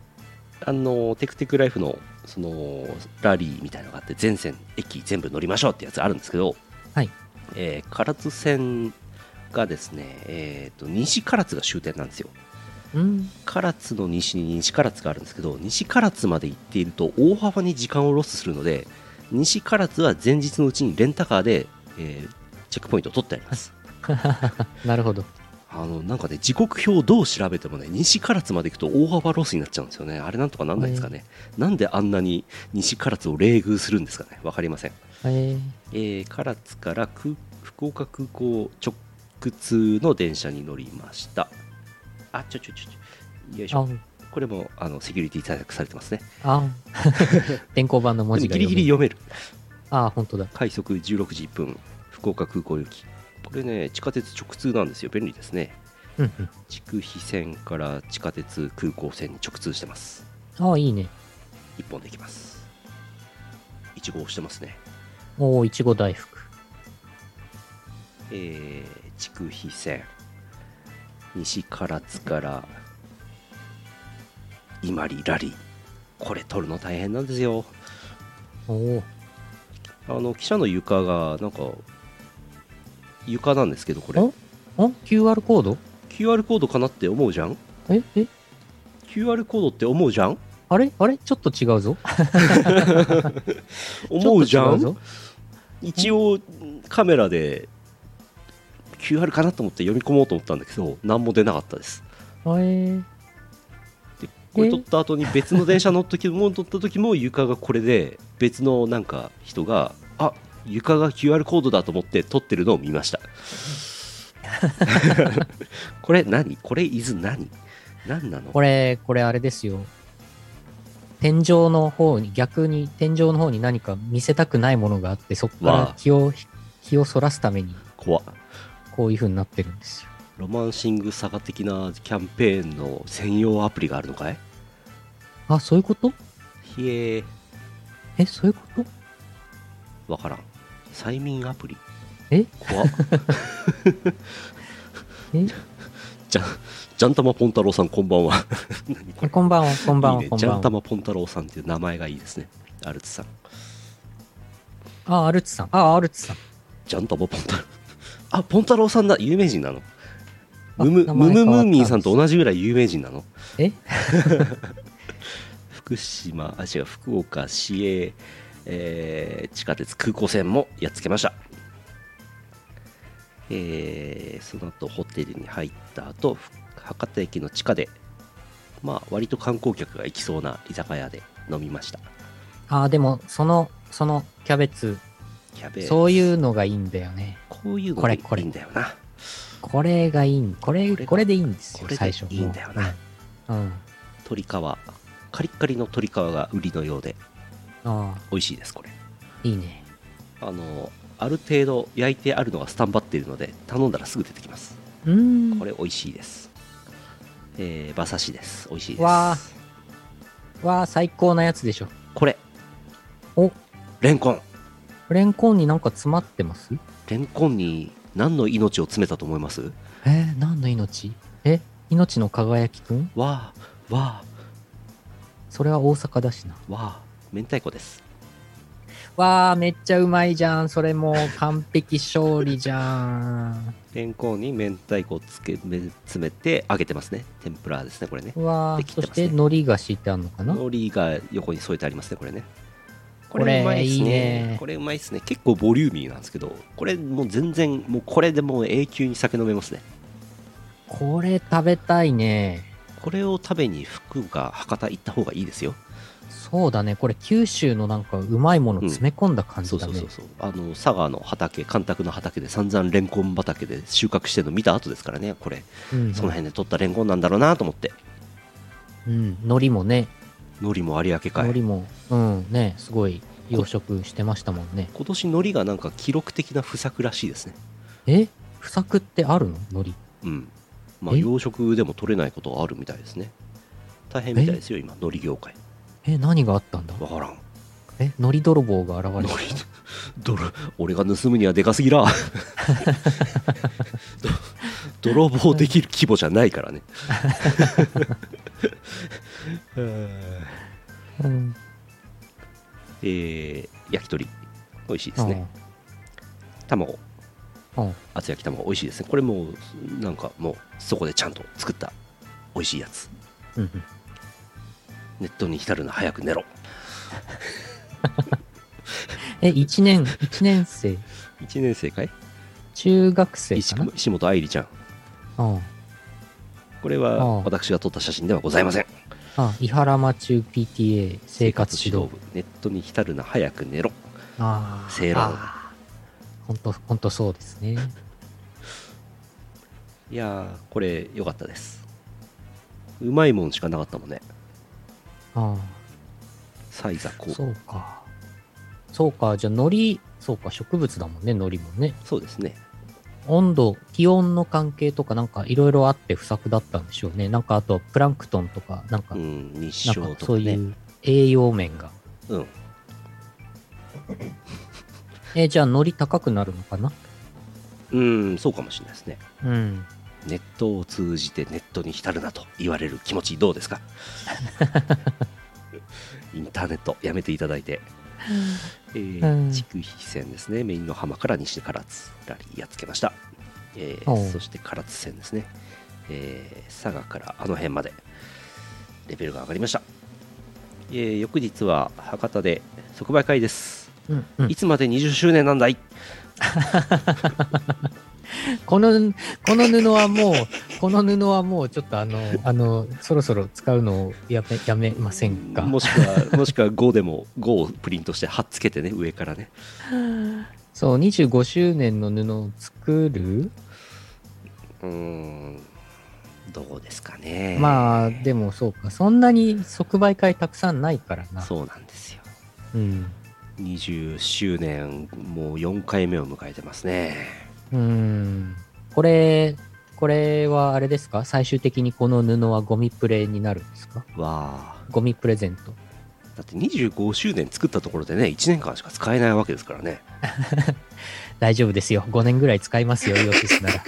S2: あの、テクテクライフの、その、ラリーみたいなのがあって、全線、駅全部乗りましょうってやつあるんですけど、
S1: はい。
S2: えー唐津線がですね、えーと西唐津が終点なんですよ
S1: うん。
S2: 唐津の西に西唐津があるんですけど西唐津まで行っていると大幅に時間をロスするので西唐津は前日のうちにレンタカーで、えーチェックポイントを取ってあります
S1: なるほど。
S2: あのなんかね時刻表をどう調べてもね西唐津まで行くと大幅ロスになっちゃうんですよねあれなんとかなんないですかね、なんであんなに西唐津を冷遇するんですかねわかりません
S1: えー。
S2: えー唐津から空福岡空港直通の電車に乗りましたあちょちょちょちょよいし
S1: あ
S2: ょ、これもあのセキュリティ対策されてますね
S1: あ。 電光板の文字
S2: でも
S1: が
S2: ギリギリ
S1: よ。
S2: 読める
S1: あ、本当だ。
S2: 快速16時1分福岡空港行きこれね地下鉄直通なんですよ便利ですね
S1: うんうん。
S2: 筑肥線から地下鉄空港線に直通してます
S1: ああ、いいね。
S2: 1本できます1号してますね
S1: おお、いちご大福。
S2: えー、筑肥線西唐津から伊万里ラリーこれ取るの大変なんですよ
S1: おお。
S2: あの汽車の床がなんか床なんですけどこれ
S1: おお ?QR コード
S2: QR コードかなって思うじゃん
S1: ええ
S2: QR コードって思うじゃん
S1: あれあれちょっと違うぞ。
S2: 思うじゃ
S1: ちょっと違
S2: ん
S1: ぞ
S2: 一応カメラで QR かなと思って読み込もうと思ったんだけど何も出なかったです
S1: あえー。
S2: でこれ撮った後に別の電車乗った時も乗った時も床がこれで別のなんか 人があ床が QR コードだと思って撮ってるのを見ましたこれ何これ伊豆何何なの
S1: これ、これあれですよ。天井の方に、逆に天井の方に何か見せたくないものがあって、そこか
S2: わ
S1: ら
S2: あ
S1: 気を、気をそらすために、
S2: 怖っ
S1: こういう風になってるんですよ。
S2: ロマンシングサガ的なキャンペーンの専用アプリがあるのかい
S1: あ、そういうこと
S2: ひえー、
S1: え、そういうこと
S2: わからん。催眠アプリ
S1: え
S2: 怖っ
S1: え
S2: じゃ、じゃんたまぽんたろうさんこんばんは。何これ
S1: こんばんは、こんばんはい
S2: い、ね
S1: こん
S2: ジ
S1: ば
S2: ャ
S1: ん
S2: ンタ
S1: は。
S2: マポンタロウさんっていう名前がいいですね。アルツさん。
S1: あ、アルツさん。あ、アルツさん。
S2: ジャンタマポンタロウ。 あ、ポンタロウさんだ。有名人なの。
S1: あ
S2: ムム
S1: 名
S2: ム
S1: 前
S2: ム
S1: 変わっ
S2: ム
S1: た
S2: ーミンさんと同じぐらい有名人なの。
S1: え
S2: 福島、あ、違う、福岡市営、えー地下鉄空港線もやっつけました。えーその後ホテルに入った後ふ博多駅の地下でまあ割と観光客が行きそうな居酒屋で飲みました
S1: あ、でも、その、そのキャベツ、
S2: キャベ
S1: そういうのがいいんだよね。
S2: こういうの
S1: こ
S2: が
S1: れ
S2: い
S1: これ
S2: いんだよな。
S1: これがいいん、これ、
S2: こ
S1: こ
S2: れ
S1: れ
S2: が
S1: でいいんです
S2: こ
S1: よ
S2: れ、
S1: 最
S2: で
S1: 初。
S2: いいんだよな。
S1: うん。うん。
S2: 鶏皮。カリッカリの鶏皮が売りのようで
S1: ああ、
S2: 美味しいです、これ。
S1: いいね。
S2: あの、ある程度焼いてあるのがスタンバっているので、頼んだらすぐ出てきます。
S1: うーん。
S2: これ美味しいです。えー、馬刺しです。美味しいで
S1: わあ
S2: す。
S1: わあ、最高なやつでしょ。
S2: これ。
S1: お
S2: レンコン。
S1: レンコンになんか詰まってます
S2: レンコンに何の命を詰めたと思います
S1: えー、何の命え命の輝きくん
S2: わあ、わ
S1: それは大阪だしな。
S2: あ、わあ、明太子です。
S1: わあ、めっちゃうまいじゃん。それもう完璧勝利じゃ ん。
S2: レンコンに明太子をつけめ詰めて揚げてますね。天ぷらですね、これね。
S1: わあ、
S2: できて
S1: そ
S2: ますね
S1: して海苔が敷いてあるのかな
S2: 海苔が横に添えてありますねこれね
S1: これ
S2: うまっす
S1: いいね
S2: これうまいですね結構ボリューミーなんですけどこれもう全然もうこれでもう永久に酒飲めますね
S1: これ食べたいね。
S2: これを食べに福岡博多行った方がいいですよ
S1: そうだね。これ九州のなんかうまいもの詰め込んだ感
S2: そ
S1: じ
S2: う
S1: だ
S2: そう
S1: ね
S2: そう。そうあの佐賀の畑干拓の畑で散々レンコン畑で収穫してるの見た後ですからねこれ
S1: うん
S2: その辺で取ったレンコンなんだろうなと思って
S1: うん。海苔もね、
S2: 海苔も有明
S1: 海苔
S2: 海
S1: も、うん、ね、すごい養殖してましたもんね。
S2: 今年海苔がなんか記録的な不作らしいですね
S1: え不作ってあるの海苔。
S2: うんまあ
S1: え
S2: 養殖でも取れないことはあるみたいですね大変みたいですよ今海苔業界
S1: え、何があったんだ
S2: わからん
S1: え、海苔泥棒が現れた。
S2: 海苔泥俺が盗むにはでかすぎ らど泥棒できる規模じゃないから ね
S1: うん。
S2: えー焼き鳥美味しいですね卵
S1: うん。うん。
S2: 厚焼き卵美味しいですねこれもうなんかもうそこでちゃんと作った美味しいやつ
S1: うん
S2: ネットに浸るな早く寝ろ
S1: え、一年、一年 生、
S2: 1年生かい
S1: 中学生
S2: 石
S1: かな
S2: 石本愛理ちゃん
S1: あ
S2: これ
S1: あ
S2: は
S1: あ
S2: 私が撮った写真ではございません
S1: あ、伊原間中 PTA 生活指導部。
S2: 部ネットに浸るな早く寝ろ
S1: ああ。
S2: 正論
S1: あーほんと、ほんとそうですね。
S2: いやーこれ良かったですうまいもんしかなかったもんね
S1: あ
S2: サイザ
S1: あ、
S2: コ
S1: そ
S2: そう
S1: うか。そうか、じゃあ海苔、そうか、植物だもんね、海苔もね。
S2: ですね
S1: 温度、気温の関係とかなんかいろいろあって不作だったんでしょうね。なんかあと、プランクトンとか、なんか、
S2: うん日
S1: な
S2: 照
S1: んか
S2: と
S1: そ
S2: か
S1: う
S2: ね
S1: いう栄養面が。
S2: うん
S1: えーじゃあ海苔高くなるのかな
S2: うんそうかもしれないですね
S1: うん。
S2: ネットを通じてネットに浸るなと言われる気持ちどうで すかインターネットやめていただいて、え
S1: う
S2: ー、
S1: ん
S2: 筑肥線ですねメインの浜から西唐津らりやっつけました、えー
S1: おう
S2: そして唐津線ですね、えー佐賀からあの辺までレベルが上がりました、えー翌日は博多で即売会です
S1: うん、うん
S2: い。つまで20周年なんだい
S1: この、この布はもう、この布はもうちょっとあの、あの、そろそろ使うのをやめ、やめませんか。
S2: もしくはもしくは5でも5をプリントして貼っつけてね上からね
S1: そう、25周年の布を作る
S2: ーん、どうですかね。
S1: まあ、でもそうか。そんなに即売会たくさんないからな。
S2: そうなんですよ。
S1: うん。
S2: 20周年、もう4回目を迎えてますね。
S1: うん。これ、これはあれですか最終的にこの布はゴミプレになるんですか
S2: わあ。
S1: ゴミプレゼント。
S2: だって25周年作ったところでね、1年間しか使えないわけですからね。
S1: 大丈夫ですよ。5年ぐらい使いますよ、イオシスな ら。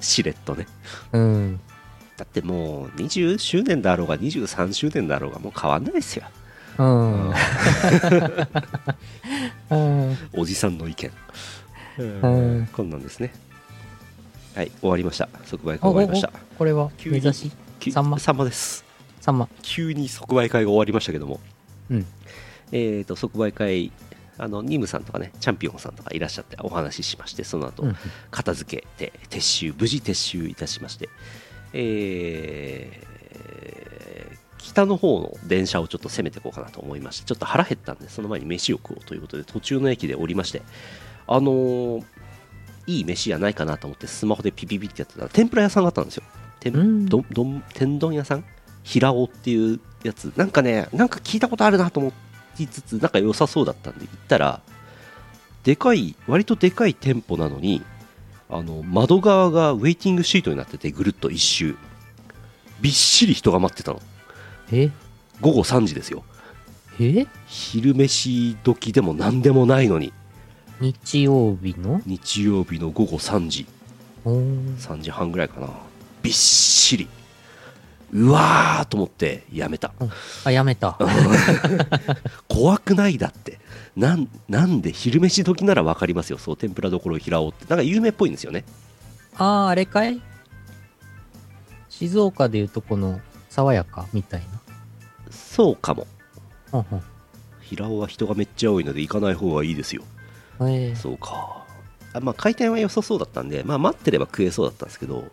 S2: しれっとね。
S1: うん。
S2: だってもう20周年だろうが23周年だろうがもう変わんないですよ。
S1: うん。うん。
S2: おじさんの意見。
S1: うん
S2: こんなんですね。はい、終わりました。即売会終わりました。
S1: これは、
S2: 急
S1: 目
S2: に
S1: 指し、
S2: き
S1: さんま
S2: さんまです。
S1: さんま。
S2: 急に即売会が終わりましたけども。
S1: うん。
S2: えっ、と、即売会、あの、ニムさんとかね、チャンピオンさんとかいらっしゃってお話ししまして、その後、
S1: うん
S2: 片付けて撤収無事撤収いたしまして、えー北の方の電車をちょっと攻めていこうかなと思いましてちょっと腹減ったんでその前に飯を食おうということで途中の駅で降りましてあのーいい飯じゃないかなと思ってスマホでピピピってやってたら天ぷら屋さんがあったんですよ天
S1: うん
S2: どんどん天丼屋さん平尾っていうやつなんかねなんか聞いたことあるなと思いつつなんか良さそうだったんで行ったらでかい割とでかい店舗なのにあの窓側がウェイティングシートになっててぐるっと一周びっしり人が待ってたの
S1: え
S2: 午後3時ですよ
S1: え
S2: 昼飯時でも何でもないのに
S1: 日曜日の
S2: 日曜日の午後3時
S1: おー
S2: 3時半ぐらいかなびっしりうわーと思ってやめた
S1: あ、やめた。
S2: 怖くないだってなんなんで昼飯時なら分かりますよそう天ぷらどころ平尾ってなんか有名っぽいんですよね
S1: あ あ、あれかい静岡でいうとこの、爽やかみたい
S2: そうかも
S1: な。うん
S2: 平尾は人がめっちゃ多いので行かない方がいいですよ
S1: うん。ええ
S2: そうかあまあ回転は良さそうだったんで、まあ、待ってれば食えそうだったんですけど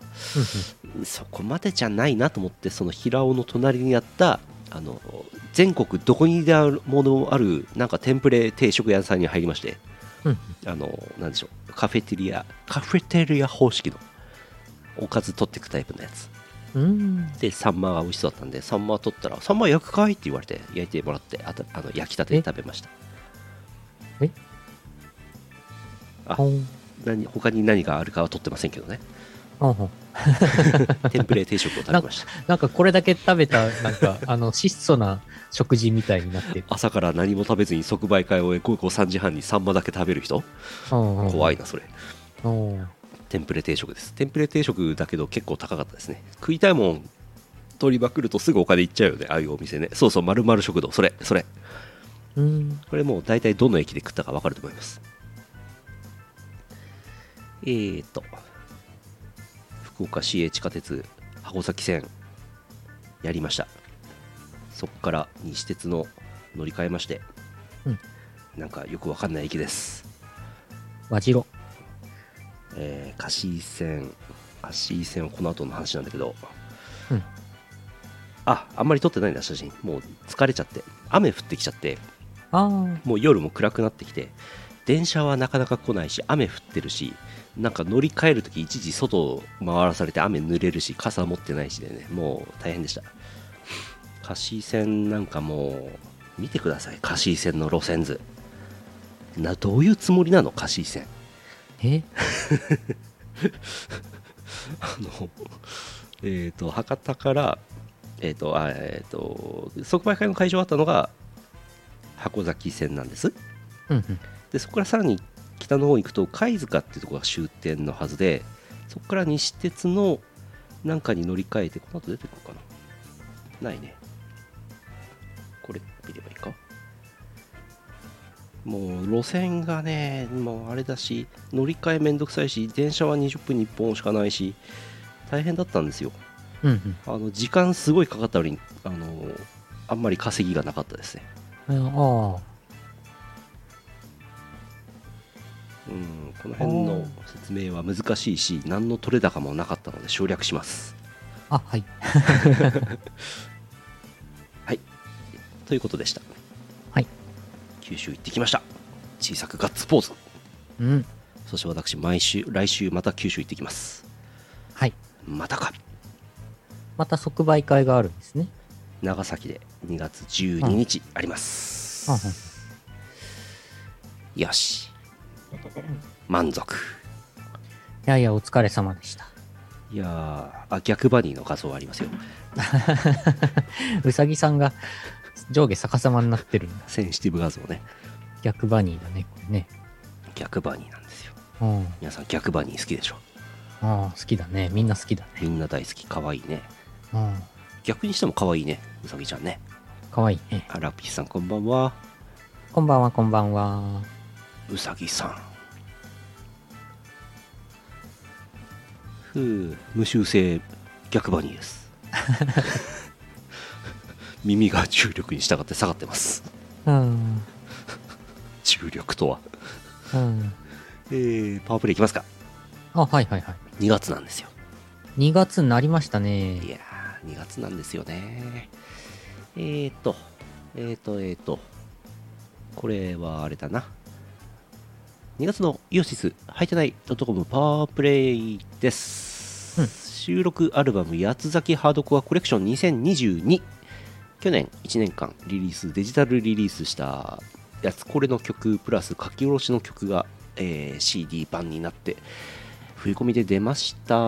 S2: そこまでじゃないなと思ってその平尾の隣にあったあの全国どこにでものあるなんかテンプレ定食屋さんに入りまして
S1: うんうん。
S2: あのなんでしょうカフェテリアカフェテリア方式のおかず取ってくタイプのやつ
S1: うん。
S2: でサンマが美味しそうだったんでサンマ取ったら「サンマ焼くかい?」って言われて焼いてもらってあとあの焼きたてで食べましたあ
S1: ほん
S2: 何他に何があるかは取ってませんけどね
S1: ほんほん
S2: テンプレ定食を食べました
S1: なんかこれだけ食べた、なんか、あの、質素な食事みたいになってる。
S2: 朝から何も食べずに即売会を終え午後3時半にサンマだけ食べる人怖
S1: 怖い。
S2: いなそれ
S1: うん
S2: テンプレ定食ですテンプレ定食だけど結構高かったですね食いたいもん取りまくるとすぐお金いっちゃうよねああいうお店ねそうそうまるまる食堂それそれ
S1: うん。
S2: これもう大体どの駅で食ったか分かると思いますえーと福岡市営地下鉄箱崎線やりましたそこから西鉄の乗り換えまして、
S1: うん
S2: なんかよく分かんない駅です
S1: 和白。
S2: えー、貸衣線貸衣線はこの後の話なんだけど、
S1: うん
S2: ああんまり撮ってないんだ写真もう疲れちゃって雨降ってきちゃって
S1: ああ。
S2: もう夜も暗くなってきて電車はなかなか来ないし雨降ってるしなんか乗り換えるとき一時外を回らされて雨濡れるし傘持ってないしでねもう大変でした貸衣線なんかもう見てください貸衣線の路線図などういうつもりなの貸衣線
S1: え
S2: あの、えっ、と、博多から、えっ、と、あえっ、と、即売会の会場あったのが箱崎線なんです。
S1: うんうん。
S2: で、そこからさらに北の方行くと、貝塚っていうところが終点のはずで、そこから西鉄のなんかに乗り換えて、この後出てくるかな。ないね。これ見ればいいか。もう路線がね、もうあれだし、乗り換えめんどくさいし、電車は20分に1本しかないし、大変だったんですよ。
S1: うん
S2: あの時間すごいかかったのに、あのあんまり稼ぎがなかったですね。
S1: うん。ああ。
S2: うん、この辺の説明は難しいし、何の取れ高もなかったので省略します。
S1: あ、はい。
S2: ということでした。
S1: はい。
S2: 九州行ってきました。小さくガッツポーズ。
S1: うん。
S2: そして私毎週来週また九州行ってきます
S1: はい。
S2: またか
S1: また即売会があるんですね。
S2: 長崎で2月12日あります、
S1: うんうん
S2: よし満足
S1: いやいや、お疲れ様でした。
S2: いやーあ逆バニーの画像ありますよ
S1: うさぎさんが上下逆さまになってるんだ。
S2: センシティブ画像ね
S1: 逆バニーだね、これね。
S2: 逆バニーなんですよ
S1: うん。
S2: 皆さん逆バニー好きでしょ
S1: ああ、好きだね。みんな好きだね。
S2: みんな大好き可愛いね
S1: うん。
S2: 逆にしても可愛いねうさぎちゃんね
S1: かわいいね。
S2: あラッピーさんこんばんは
S1: こんばんは、こんばんは。
S2: うさぎさんふう無修正逆バニーです 耳が重力に従って下がってます
S1: うん。
S2: 重力とは
S1: うん。
S2: えー、パワープレイいきますか
S1: あ、はいはいはい。
S2: 2月なんですよ
S1: 2月になりました
S2: い
S1: ね。
S2: やー2月なんですよねえーとえーとえーとこれはあれだな2月のイオシス入ってないドットコムパワープレイです、
S1: うん
S2: 収録アルバム八つ咲きハードコアコレクション2022去年1年間リリースデジタルリリースしたやつこれの曲プラス書き下ろしの曲が、えー CD 版になって振り込みで出ました変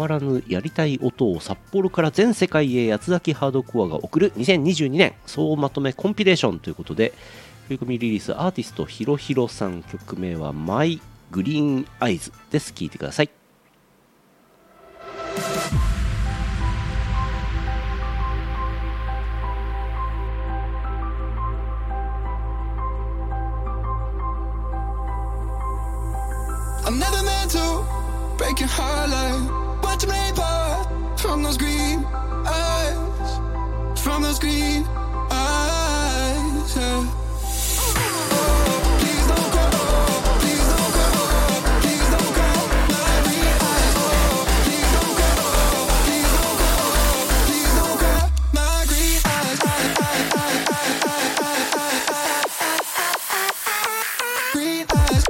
S2: わらぬやりたい音を札幌から全世界へ八つ咲きハードコアが送る2022年総まとめコンピレーションということで振り込みリリースアーティストひろひろさん曲名は「マイ・グリーン・アイズ」です聴いてください
S4: I'm never meant to break your heart like Watch me part from those green eyes From those green eyes yeah. Please don't go, please don't go, please don't go, my green eyes. Please don't go, please don't go, please don't go, my green eyes. Green eyes.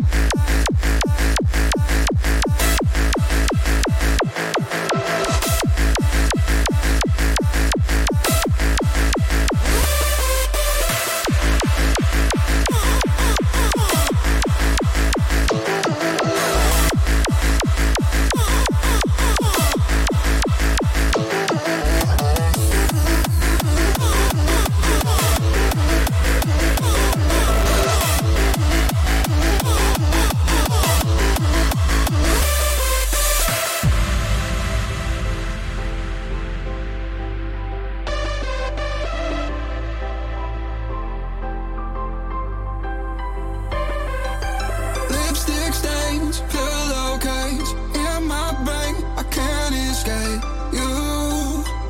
S4: Lipstick stains, pillowcase in my brain. I can't escape you.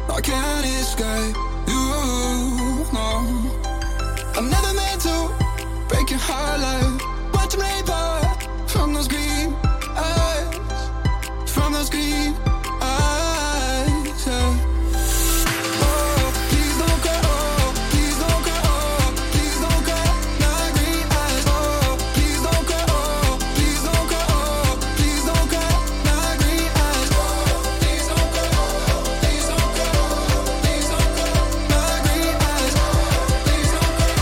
S4: I can't escape you. No, I'm never meant to break your heart like watch me part from those green eyes, from those green eyes. Yeah. Oh, please don't go. Please don't go. Please don't go. My green eyes. Oh, please don't go. Please don't go. Please don't go. My green eyes. Oh, please don't go. Please don't go. Please don't go. My green eyes. Oh, please don't go.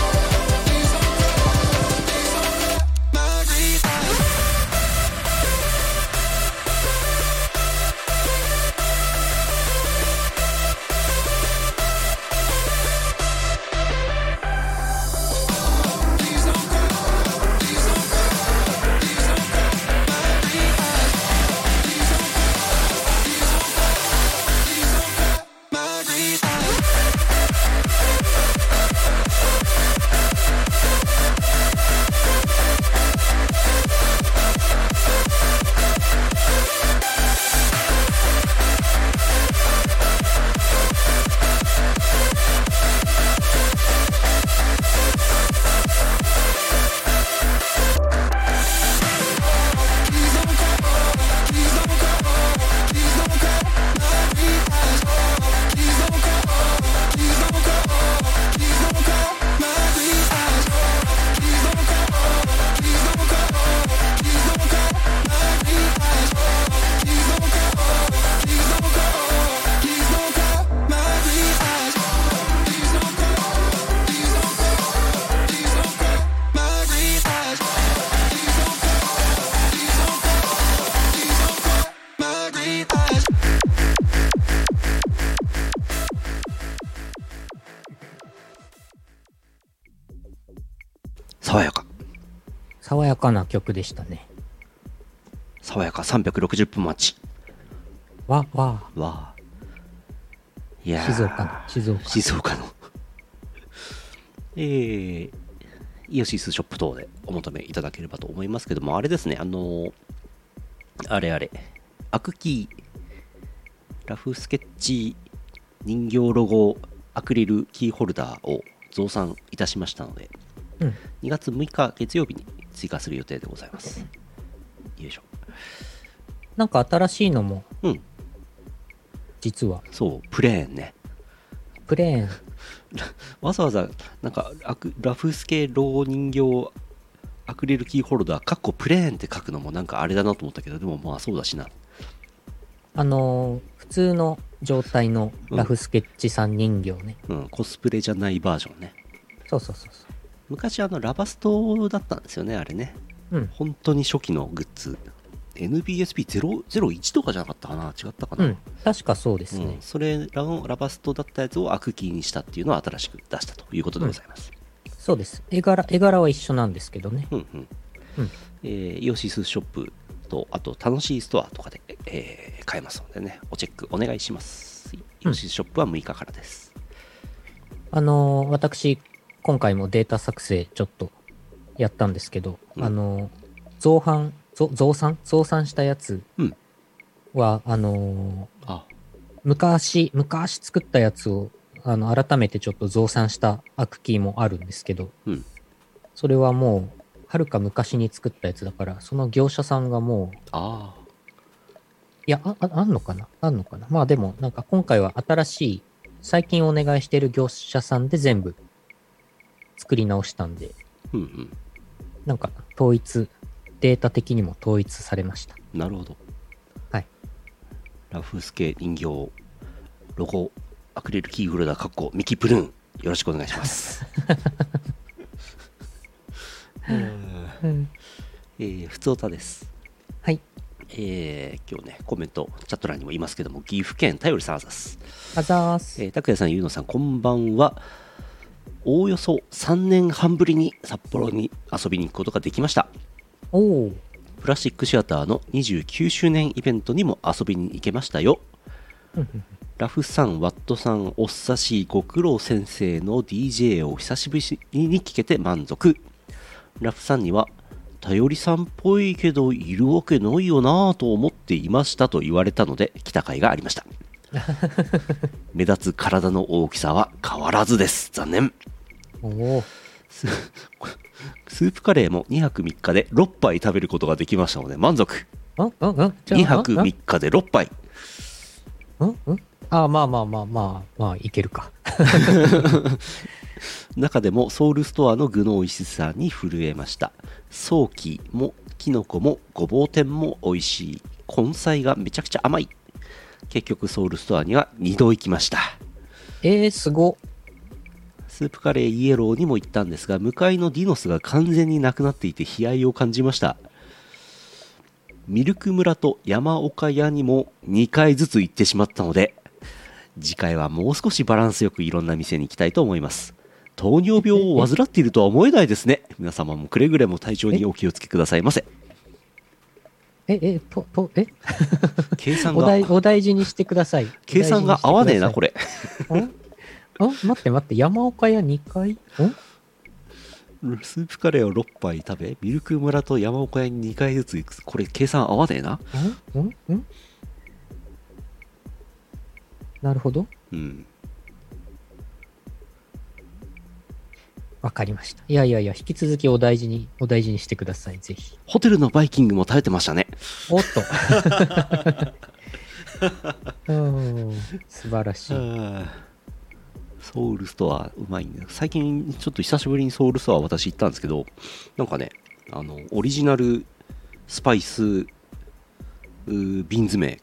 S4: Please don't go. Please don't go. My green eyes.
S1: 爽やかな曲でしたね。
S2: 爽やか360分待ち。
S1: わ、わ
S2: わあ。いや
S1: あ、
S2: ー
S1: 静岡の、静岡の。
S2: 静岡の。えー、イオシスショップ等でお求めいただければと思いますけども、あれですね、あのーあれあれ、アクキー、ラフスケッチ、人形ロゴ、アクリルキーホルダーを増産いたしましたので、
S1: うん
S2: 2月6日月曜日に追加する予定でございます。よいしょ。
S1: なんか新しいのも、
S2: うん、
S1: 実は、
S2: そう、プレーンね。
S1: プレーン、
S2: わざわざなんかアクラフスケロゴ人形アクリルキーホルダーかっこプレーンって書くのもなんかあれだなと思ったけどでもまあそうだしな
S1: あのー普通の状態のラフスケッチさん人形ね。
S2: うんコスプレじゃないバージョンね
S1: そうそうそうそ
S2: 昔あのラバストだったんですよねあれね
S1: う。うん。
S2: 本当に初期のグッズ NBSP001 とかじゃなかったかな違ったかな、
S1: うん。確かそうです
S2: う
S1: ね
S2: ん。それらのラバストだったやつをアクキーにしたっていうのを新しく出したということでございます、
S1: そうです。絵柄、絵柄は一緒なんですけどね。
S2: うんうん
S1: うん
S2: えーイオシスショップと、あと、楽しいストアとかで、えー買えますのでね、おチェックお願いします。イ
S1: うん
S2: オシスショップは6日からです。
S1: あのー私、今回もデータ作成ちょっとやったんですけど、
S2: うん
S1: あのー造反、ぞ増産増産したやつ
S2: うん
S1: は、あのー
S2: あ
S1: 昔、昔作ったやつを、あの、改めてちょっと増産したアクキーもあるんですけど、
S2: うん
S1: それはもう、はるか昔に作ったやつだから、その業者さんがもう、
S2: あ
S1: いや、あ、ああんのかなあんのかなまあでも、なんか今回は新しい、最近お願いしてる業者さんで全部作り直したんで、
S2: ー、うんうん。
S1: なんか統一、データ的にも統一されました。
S2: なるほど。
S1: はい。
S2: ラフスケ人形、ロゴ、アクリルキーホルダー、かっこ、ミキプルーン、よろしくお願いします。うんえー、普通歌です。
S1: はい。
S2: えー今日ね、コメント、チャット欄にもいますけども、岐阜県、頼りさんあざす。
S1: あざーす。
S2: えー、拓也さん、ゆうのさん、こんばんは。おおよそ3年半ぶりに札幌に遊びに行くことができました。
S1: おおー
S2: プラスチックシアターの29周年イベントにも遊びに行けましたよ。
S1: うんうん
S2: ラフさん、ワットさん、おっさし、ご苦労先生の DJ を久しぶりに聞けて満足。ラフさんには、頼りさんっぽいけど、いるわけないよなぁと思っていましたと言われたので、来た甲斐があり ました。目立つ体の大きさは変わらずです。残念。
S1: おー
S2: ススープカレーも2泊3日で6杯食べることができましたので満足。
S1: うんうんうんじゃあ
S2: 2泊
S1: うん
S2: 3日で6杯。
S1: うんうんあーまあまあまあまあ、まあ、いけるか。
S2: 中でもソウルストアの具の美味しさに震えました早期もキノコもごぼう天も美味しい根菜がめちゃくちゃ甘い結局ソウルストアには2度行きました
S1: えー、すご。
S2: スープカレーイエローにも行ったんですが向かいのディノスが完全になくなっていて悲哀を感じましたミルク村と山岡屋にも2回ずつ行ってしまったので次回はもう少しバランスよくいろんな店に行きたいと思います糖尿病を患っているとは思えないですね皆様もくれぐれも体調にお気をつけくださいませ
S1: え、え、と、と、え
S2: 計算
S1: お
S2: が
S1: 大、お大事にしてください。
S2: 計算が合わねえなこ
S1: れ。
S2: れ
S1: んん待って待って、山岡屋2階ん
S2: スープカレーを6杯食べミルク村と山岡屋に2回ずつ行くこれ計算合わねえなん
S1: んんなるほど。
S2: うん
S1: わかりました。いやいやいや、引き続きお大事に、お大事にしてください、ぜひ。
S2: ホテルのバイキングも食べてましたね。
S1: おっと。 うん、素晴らしい。
S2: ソウルストア、うまいんだよ。最近、ちょっと久しぶりにソウルストア私行ったんですけど、なんかね、あの、オリジナルスパイス、うー瓶詰め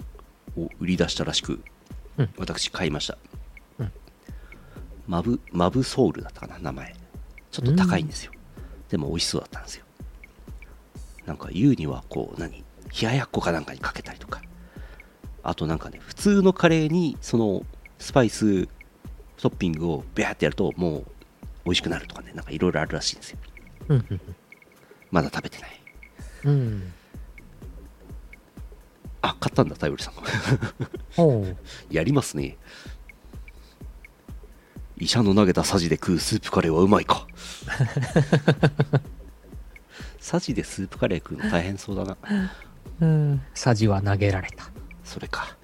S2: を売り出したらしく、
S1: うん
S2: 私買いました。
S1: うん
S2: マブ、マブソウルだったかな、名前。ちょっと高いんですよ。でも美味しそうだったんですよ。なんか、言うには、こう、何冷ややっこかなんかにかけたりとか。あとなんかね、普通のカレーにそのスパイストッピングをビャーってやるともう美味しくなるとかね、なんかいろいろあるらしいんですよ。
S1: うんうんうん
S2: まだ食べてない。
S5: うん。
S2: あ、買ったんだ、頼りさん。
S5: おう。
S2: やりますね。医者の投げたサジで食うスープカレーはうまいか。サジでスープカレー食うの大変そうだな。
S5: うん。
S1: サジは投げられた。
S2: それか。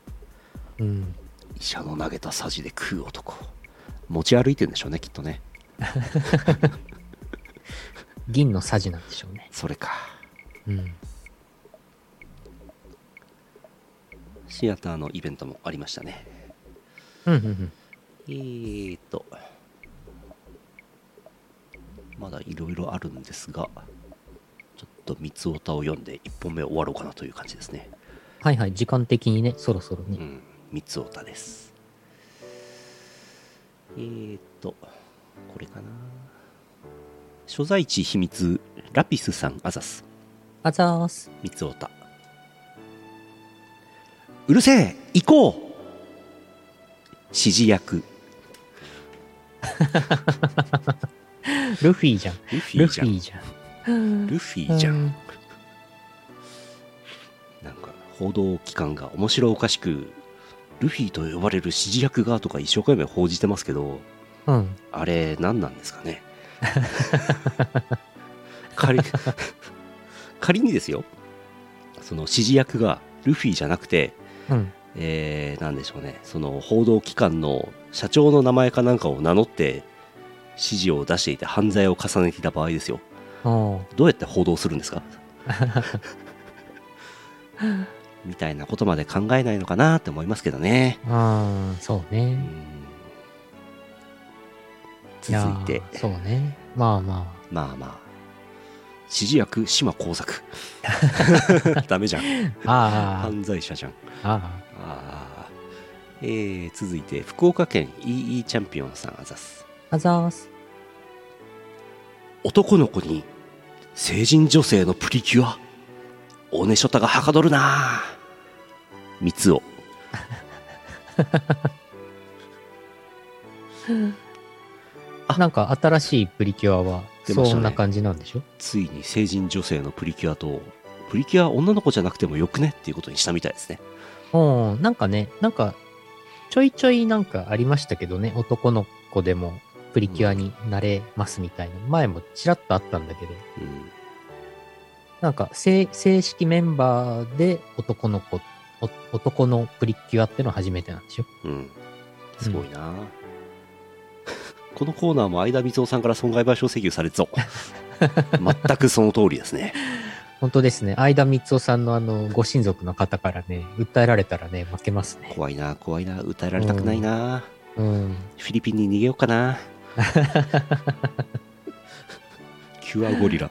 S5: うん。
S2: 医者の投げたサジで食う男。持ち歩いてんでしょうね、きっとね。
S1: 銀のサジなんでしょうね。
S2: それか。
S5: うん。
S2: シアターのイベントもありましたね。
S5: うんうん
S2: えーと。まだいろいろあるんですが、ちょっと三つおたを読んで1本目終わろうかなという感じですね。
S1: はいはい、時間的にね、そろそろ
S2: う
S1: ね。
S2: ん、三つおたです。えーっと、これかな。所在地秘密、ラピスさん、アザス、
S1: あざーす。
S2: 三つおた。うるせえ行こう指示役。
S1: ルフィじゃん。
S2: ルフ
S1: ルフ
S2: ィじゃ
S1: ィ
S2: ん。ル
S1: じゃん。
S2: フィじゃ
S1: うんん。
S2: なんか、報道機関が面白おかしく、ルフィと呼ばれる指示役がとか一生懸命報じてますけど、
S1: うん。
S2: あれ、何なんですかね。 仮 仮にですよ、その指示役がルフィじゃなくて、
S1: うん。
S2: えー、なんでしょうね、その報道機関の社長の名前かなんかを名乗って、指示を出していて犯罪を重ねていた場合ですよ。
S1: おう
S2: どうやって報道するんです かみたいなことまで考えないのかなって思いますけどね。
S1: あーそうね
S2: う。ん
S1: や
S2: 続
S1: ー
S2: いて。
S1: そうね。まあま
S2: まあまあ。指示役、島 耕作。ダメじゃん。
S1: あ。あー
S2: 犯罪者じゃん。
S1: あ
S2: ああ。えー、続いて、福岡県 EE チャンピオンさんあざす。
S1: ー。あざーす。
S2: 男の子に、成人女性のプリキュア。おねしょたがはかどるなあ三つを。あ
S1: なんか新しいプリキュアは、
S2: 出ましたね
S1: そんな感じなんでしょ
S2: ついに成人女性のプリキュアと、プリキュア女の子じゃなくてもよくねっていうことにしたみたいですね。
S1: おーなんかね、なんか、ちょいちょいなんかありましたけどね、男の子でもプリキュアになれますみたいな。前もちらっとあったんだけど、
S2: うん。
S1: なんか正、正式メンバーで男の子、お男のプリキュアってのは初めてなんでしょ
S2: うん。すごいな、このコーナーも相田光雄さんから損害賠償請求され てそう全くその通りですね。
S1: 本当ですね。相田光夫さんのあの、ご親族の方からね、訴えられたらね、負けますね。
S2: 怖いな怖いな訴えられたくないな、
S1: うん。
S2: フィリピンに逃げようか なキュアゴリラ。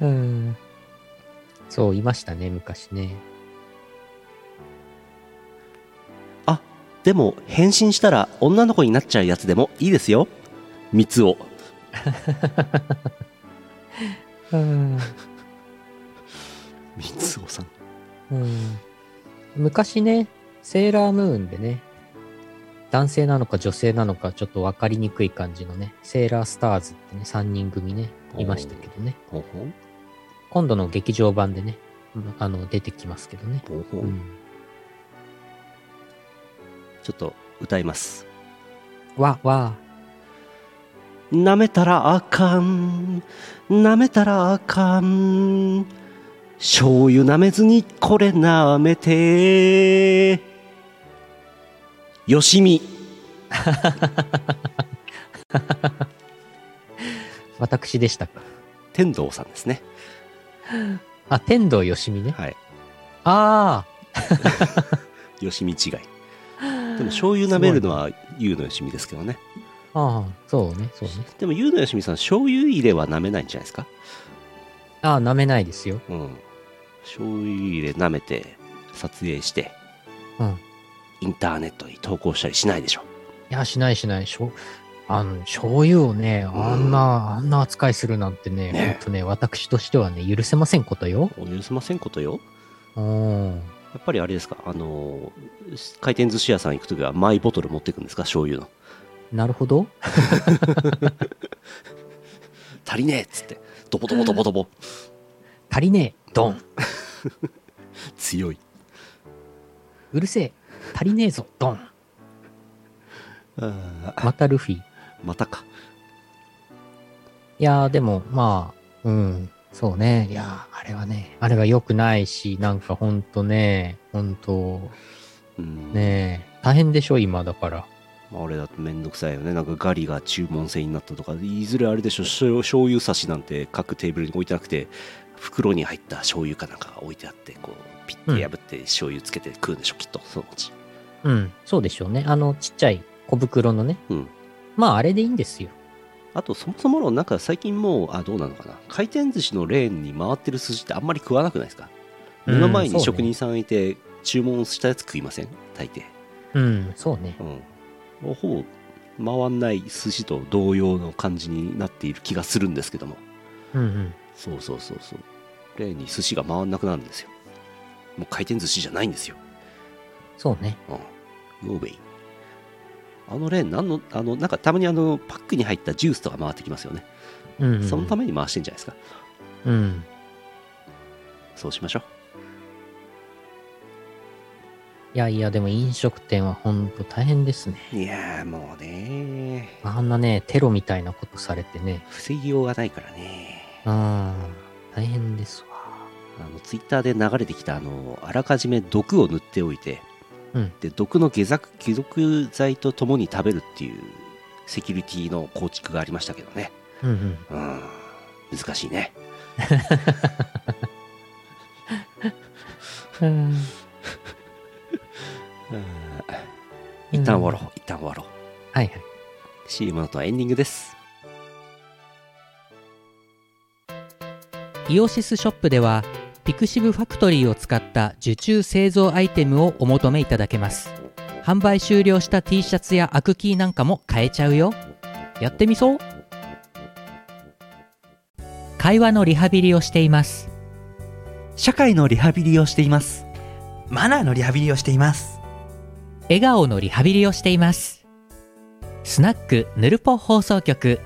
S1: うん。そう、いましたね、昔ね。
S2: あ、でも変身したら女の子になっちゃうやつでもいいですよ。三つを。
S1: うん。
S2: 三つをさん。
S1: うん、昔ね、セーラームーンでね、男性なのか女性なのかちょっと分かりにくい感じのね、セーラースターズってね、3人組ね、いましたけどね。
S2: ほんほん
S1: 今度の劇場版でね、あの、出てきますけどね。
S2: ほんほん
S1: うん。
S2: ちょっと歌います。
S1: わ、わ、
S2: 舐めたらあかん。舐めたらあかん。醤油舐めずにこれ舐めて。よしみ。
S1: 私でしたか。
S2: 天童さんですね。
S1: あ、天童よしみね。
S2: はい。
S1: あ
S2: よしみ違い。でも醤油舐めるのはゆうのよしみですけどね。
S1: あ、ああ、そうね、そうね。
S2: でもゆうのよしみさん、醤油入れは舐めないんじゃないですか
S1: ああ、舐めないですよ。
S2: うん。醤油入れ舐めて、撮影して、
S1: うん。い
S2: インターネットに投稿したりしないでしょ。
S1: や、しないしない。しょあの、醤油をね、あんな、あんな扱いするなんてね、
S2: ね
S1: ほんとね、私としてはね、許せませんことよ。
S2: お許せませんことよ。
S1: うん。
S2: やっぱりあれですか、あのー回転寿司屋さん行くときはマイボトル持っていくんですか、醤油の。
S1: なるほど。
S2: 足りねえっつって。ドボドボドボドボ
S1: 足りねえ、ドン。
S2: 強いう
S1: るせえ、足りねえぞ、ドン。
S2: あー
S1: またルフィ。い
S2: またか
S1: やー、でも、まあ、うん、そうね。いやー、あれはね、あれは良くないし、なんかほんとね、ほんと、
S2: うん
S1: ねえ、大変でしょ、今だから。
S2: まあ、俺だとめんどくさいよねなんかガリが注文制になったとかいずれあれでしょ醤醤油差しなんて各テーブルに置いてなくて袋に入った醤油かなんかが置いてあってこうピッて破って醤油つけて食うんでしょ、きっとそのうち
S1: うん、そうでしょうね。あの、ちっちゃい小袋のね。
S2: うん
S1: まあ、あれでいいんですよ。
S2: あとそもそものなんか最近もうあどうなのかな回転寿司のレーンに回ってる寿司ってあんまり食わなくないですか目の前
S1: うんそう
S2: に
S1: ね
S2: 職人さんいて注文したやつ食いません大抵
S1: うん、そうね。
S2: うんほぼ回んない寿司と同様の感じになっている気がするんですけども
S1: うんうん。
S2: そうそうそうそう例に寿司が回んなくなるんですよもう回転寿司じゃないんですよ
S1: そうね。
S2: うんノーベイあのレーンなんのあのなんかたまにあのパックに入ったジュースとか回ってきますよね、
S1: うん、うん。
S2: そのた
S1: め
S2: めに回してんじゃないですか
S1: うん。
S2: そうしましょ
S1: いやいや、でも飲食店はほんと大変ですね。
S2: ういやーもうね
S1: あんなね、テロみたいなことされてね。
S2: 防ぎようがないからね
S1: うん、大変ですわ。
S2: あのツイッターで流れてきたあのあらかじめ毒を塗っておいて、
S1: うん
S2: で毒の下剤解毒剤とともに食べるっていうセキュリティの構築がありましたけどね、
S1: うんうん。
S2: うん、難しいね
S5: うん
S2: 一旦終わろう一旦終わろう
S1: はいはい。
S2: CM の後はエンディングです
S5: イオシスショップではピクシブファクトリーを使った受注製造アイテムをお求めいただけます販売終了した T シャツやアクキーなんかも買えちゃうよやってみそう会話のリハビリをしています
S6: 社会のリハビリをしていますマナーのリハビリをしています
S5: 笑顔のリハビリをしていますスナックぬるぽ放送局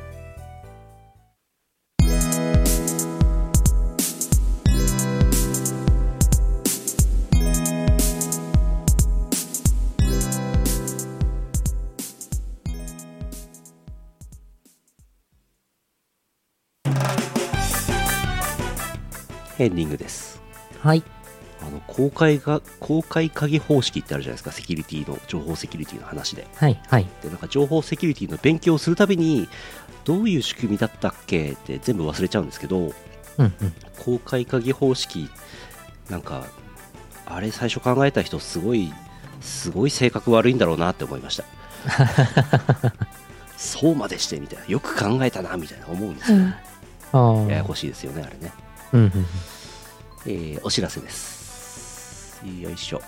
S2: エンディングです
S1: はい。
S2: あの公開が公開鍵方式ってあるじゃないですかセキュリティの情報セキュリティの話で
S1: はいはい。
S2: でなんか情報セキュリティの勉強をするたびにどういう仕組みだったっけって全部忘れちゃうんですけど
S1: うんうん。
S2: 公開鍵方式なんかあれ最初考えた人すごいすごい性格悪いんだろうなって思いましたそうまでしてみたいなよく考えたなみたいな思うんですよ
S1: ああ。
S2: ややこしいですよねあれね、
S1: うんうんうん。
S2: えーお知らせですよいしょ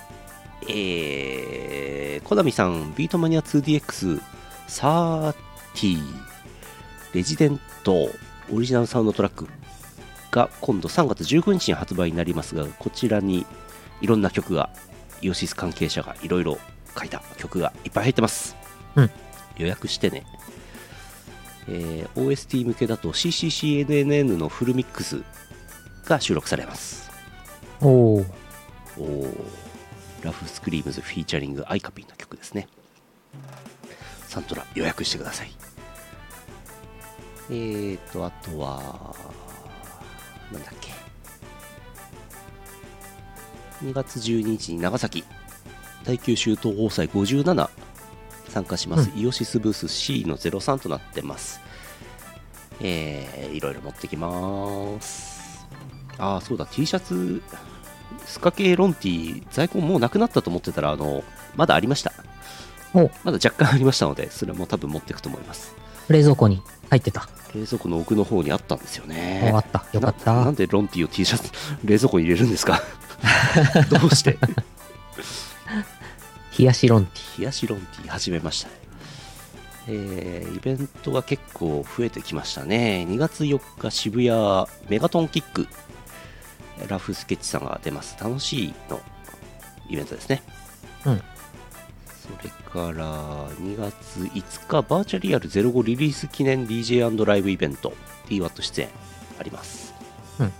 S2: えー、コナミさんビートマニア 2DX30 レジデントオリジナルサウンドトラックが今度3月19日に発売になりますがこちらにいろんな曲がイオシス関係者がいろいろ書いた曲がいっぱい入ってます、
S1: うん
S2: 予約してね、えー OST 向けだと CCCNNN のフルミックスが収録されます
S1: おお。
S2: おーラフスクリームズフィーチャリングアイカピンの曲ですねサントラ予約してくださいえーとあとはなんだっけ2月12日に長崎第九州東宝祭57参加します、イオシスブース C の03となってますえー、いろいろ持ってきますああそうだ T シャツスカ系ロンティ在庫もうなくなったと思ってたらあのまだありました
S1: お
S2: まだ若干ありましたのでそれも多分持っていくと思います
S1: 冷蔵庫に入ってた。
S2: 冷蔵庫の奥の方にあったんですよね
S1: 終わった。よかっ
S2: なな
S1: た
S2: ん。でロンティを T シャツ冷蔵庫に入れるんですか どうして
S1: 冷やしロンテ
S2: 冷やしロンティー始めましたねえーイベントが結構増えてきましたね2月4日渋谷メガトンキックラフスケッチさんが出ます楽しいのイベントですね
S1: うん
S2: それから2月5日バーチャルリアル05リリース記念 DJ& ライブイベント DWAT 出演あります。
S1: うん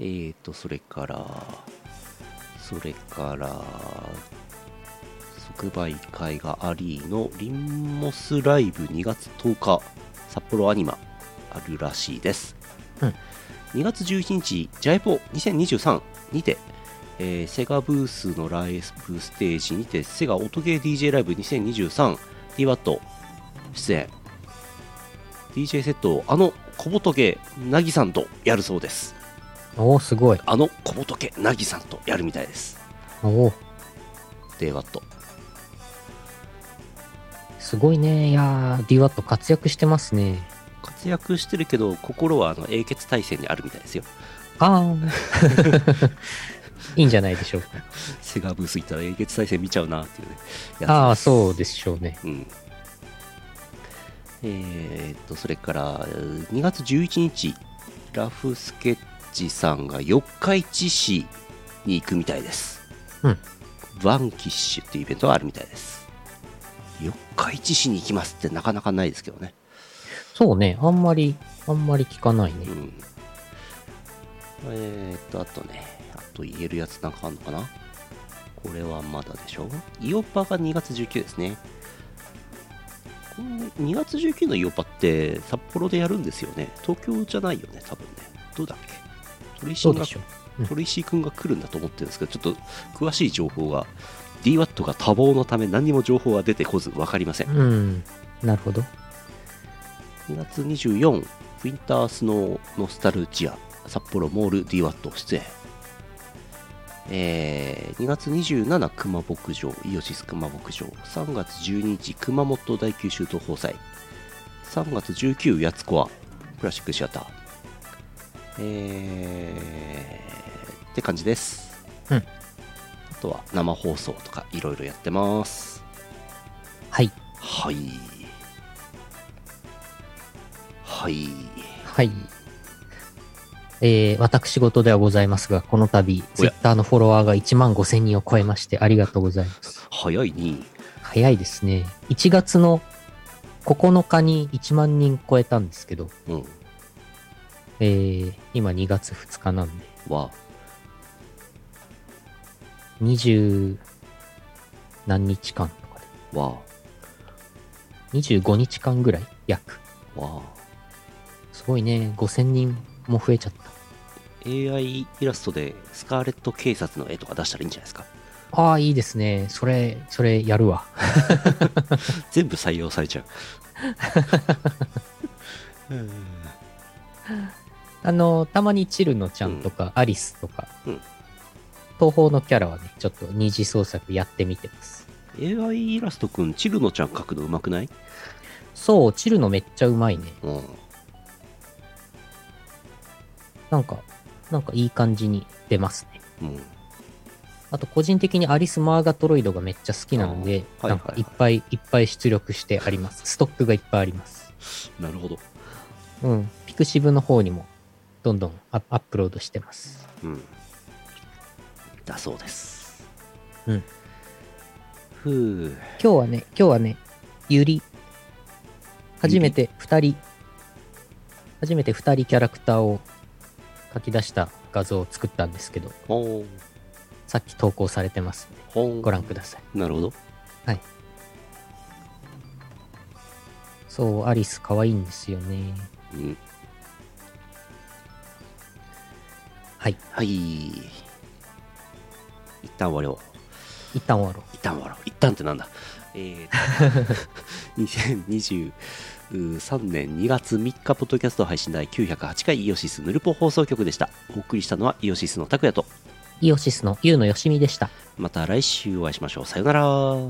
S2: えーと、それから、それから、即売会がありのリンモスライブ2月10日、札幌アニマあるらしいです。
S1: うん
S2: 2月11日、ジャイポ2023にて、えーセガブースのライブステージにて、セガ音ゲー DJ ライブ 2023DWAT 出演。DJ セットをあの小仏なぎさんとやるそうです。
S1: おお、すごい。
S2: あの小仏なぎさんとやるみたいです。
S1: おお、
S2: DWAT。
S1: すごいね。いやー、DWAT 活躍してますね。
S2: 活躍してるけど、心はあの英傑大戦にあるみたいですよ。
S1: ああ。 いいんじゃないでしょう か。
S2: セガブース行ったら英傑大戦見ちゃうなっていうね。やつ
S1: ああ、そうでしょうね。
S2: うん。えーっと、それから、えー2月11日、ラフスケッチさんが四日市市に行くみたいです。
S1: うん。
S2: ワンキッシュっていうイベントがあるみたいです。四日市市に行きますってなかなかないですけどね。
S1: そうね。あんまり、あんまり聞かないね
S2: う。ん。えーっと、あとね、あと言えるやつなんかあるのかなこれはまだでしょイオパが2月19ですね。この2月19のイオパって札幌でやるんですよね。東京じゃないよね、多分ね。どうだっけ鳥石
S1: そう
S2: が
S1: でしょう。
S2: 鳥石君が来るんだと思ってるんですけど、ちょっと詳しい情報が DWAT が多忙のため何にも情報が出てこず分かりません。
S1: うん。なるほど。
S2: 2月24、ウィンタースノーノスタルジア、札幌モール DWAT 出演。えー2月27、熊牧場、イオシス熊牧場。3月12日、熊本大九州東宝祭。3月19、ヤツコア、クラシックシアター。えー、って感じです。
S1: うん
S2: あとは生放送とかいろいろやってます。
S1: はい。
S2: はい。はい。
S1: はい。えー、私事ではございますが、この度、
S2: おや
S1: Twitter のフォロワーが1万5000人を超えまして、ありがとうございます。
S2: 早いに。
S1: 早いですね。1月の9日に1万人超えたんですけど、
S2: うん。
S1: えー、今2月2日なんで、
S2: は、
S1: 20何日間とか
S2: わ、
S1: で、25日間ぐらい約。
S2: わ。
S1: すごいね、5000人も増えちゃった。
S2: AI イラストでスカーレット警察の絵とか出したらいいんじゃないですか。
S1: ああ、いいですね。それ、それやるわ。
S2: 全部採用されちゃう。 うん
S1: あの、たまにチルノちゃんとか、アリスとか、
S2: うん
S1: 東方のキャラはね、ちょっと二次創作やってみてます。
S2: AI イラストくん、チルノちゃん描くのうまくない
S1: そう、チルノめっちゃうまいね。
S2: うん。
S1: なんか、なんかいい感じに出ますね。
S2: うん。
S1: あと、個人的にアリス・マーガトロイドがめっちゃ好きなので、
S2: あー
S1: な
S2: はいはいはい
S1: んかいっぱいいっぱい出力してあります。ストックがいっぱいあります。
S2: なるほど。
S1: うん。ピクシブの方にも、どんどんアアップロードしてます。
S2: うん。だそうです。
S1: うん。
S2: ふう。
S1: 今日はね、今日はね、ゆり。初めて二人、初めて二人キャラクターを書き出した画像を作ったんですけど、
S2: ほん。
S1: さっき投稿されてますんで、
S2: ほん
S1: ご覧ください。
S2: なるほど。
S1: そう、アリス可愛いんですよね。
S2: うん。
S1: はい。
S2: はい。一旦終わろう。
S1: 一旦終わろ
S2: 一旦終わろう。一旦ってなんだえーと、2023年2月3日、ポッドキャスト配信第908回イオシスヌルポ放送局でした。お送りしたのはイオシスの拓也と、
S1: う。イオシスのゆうのよしみでした。
S2: また来週お会いしましょう。さよなら。こ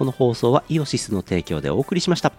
S2: の放送はイオシスの提供でお送りしました。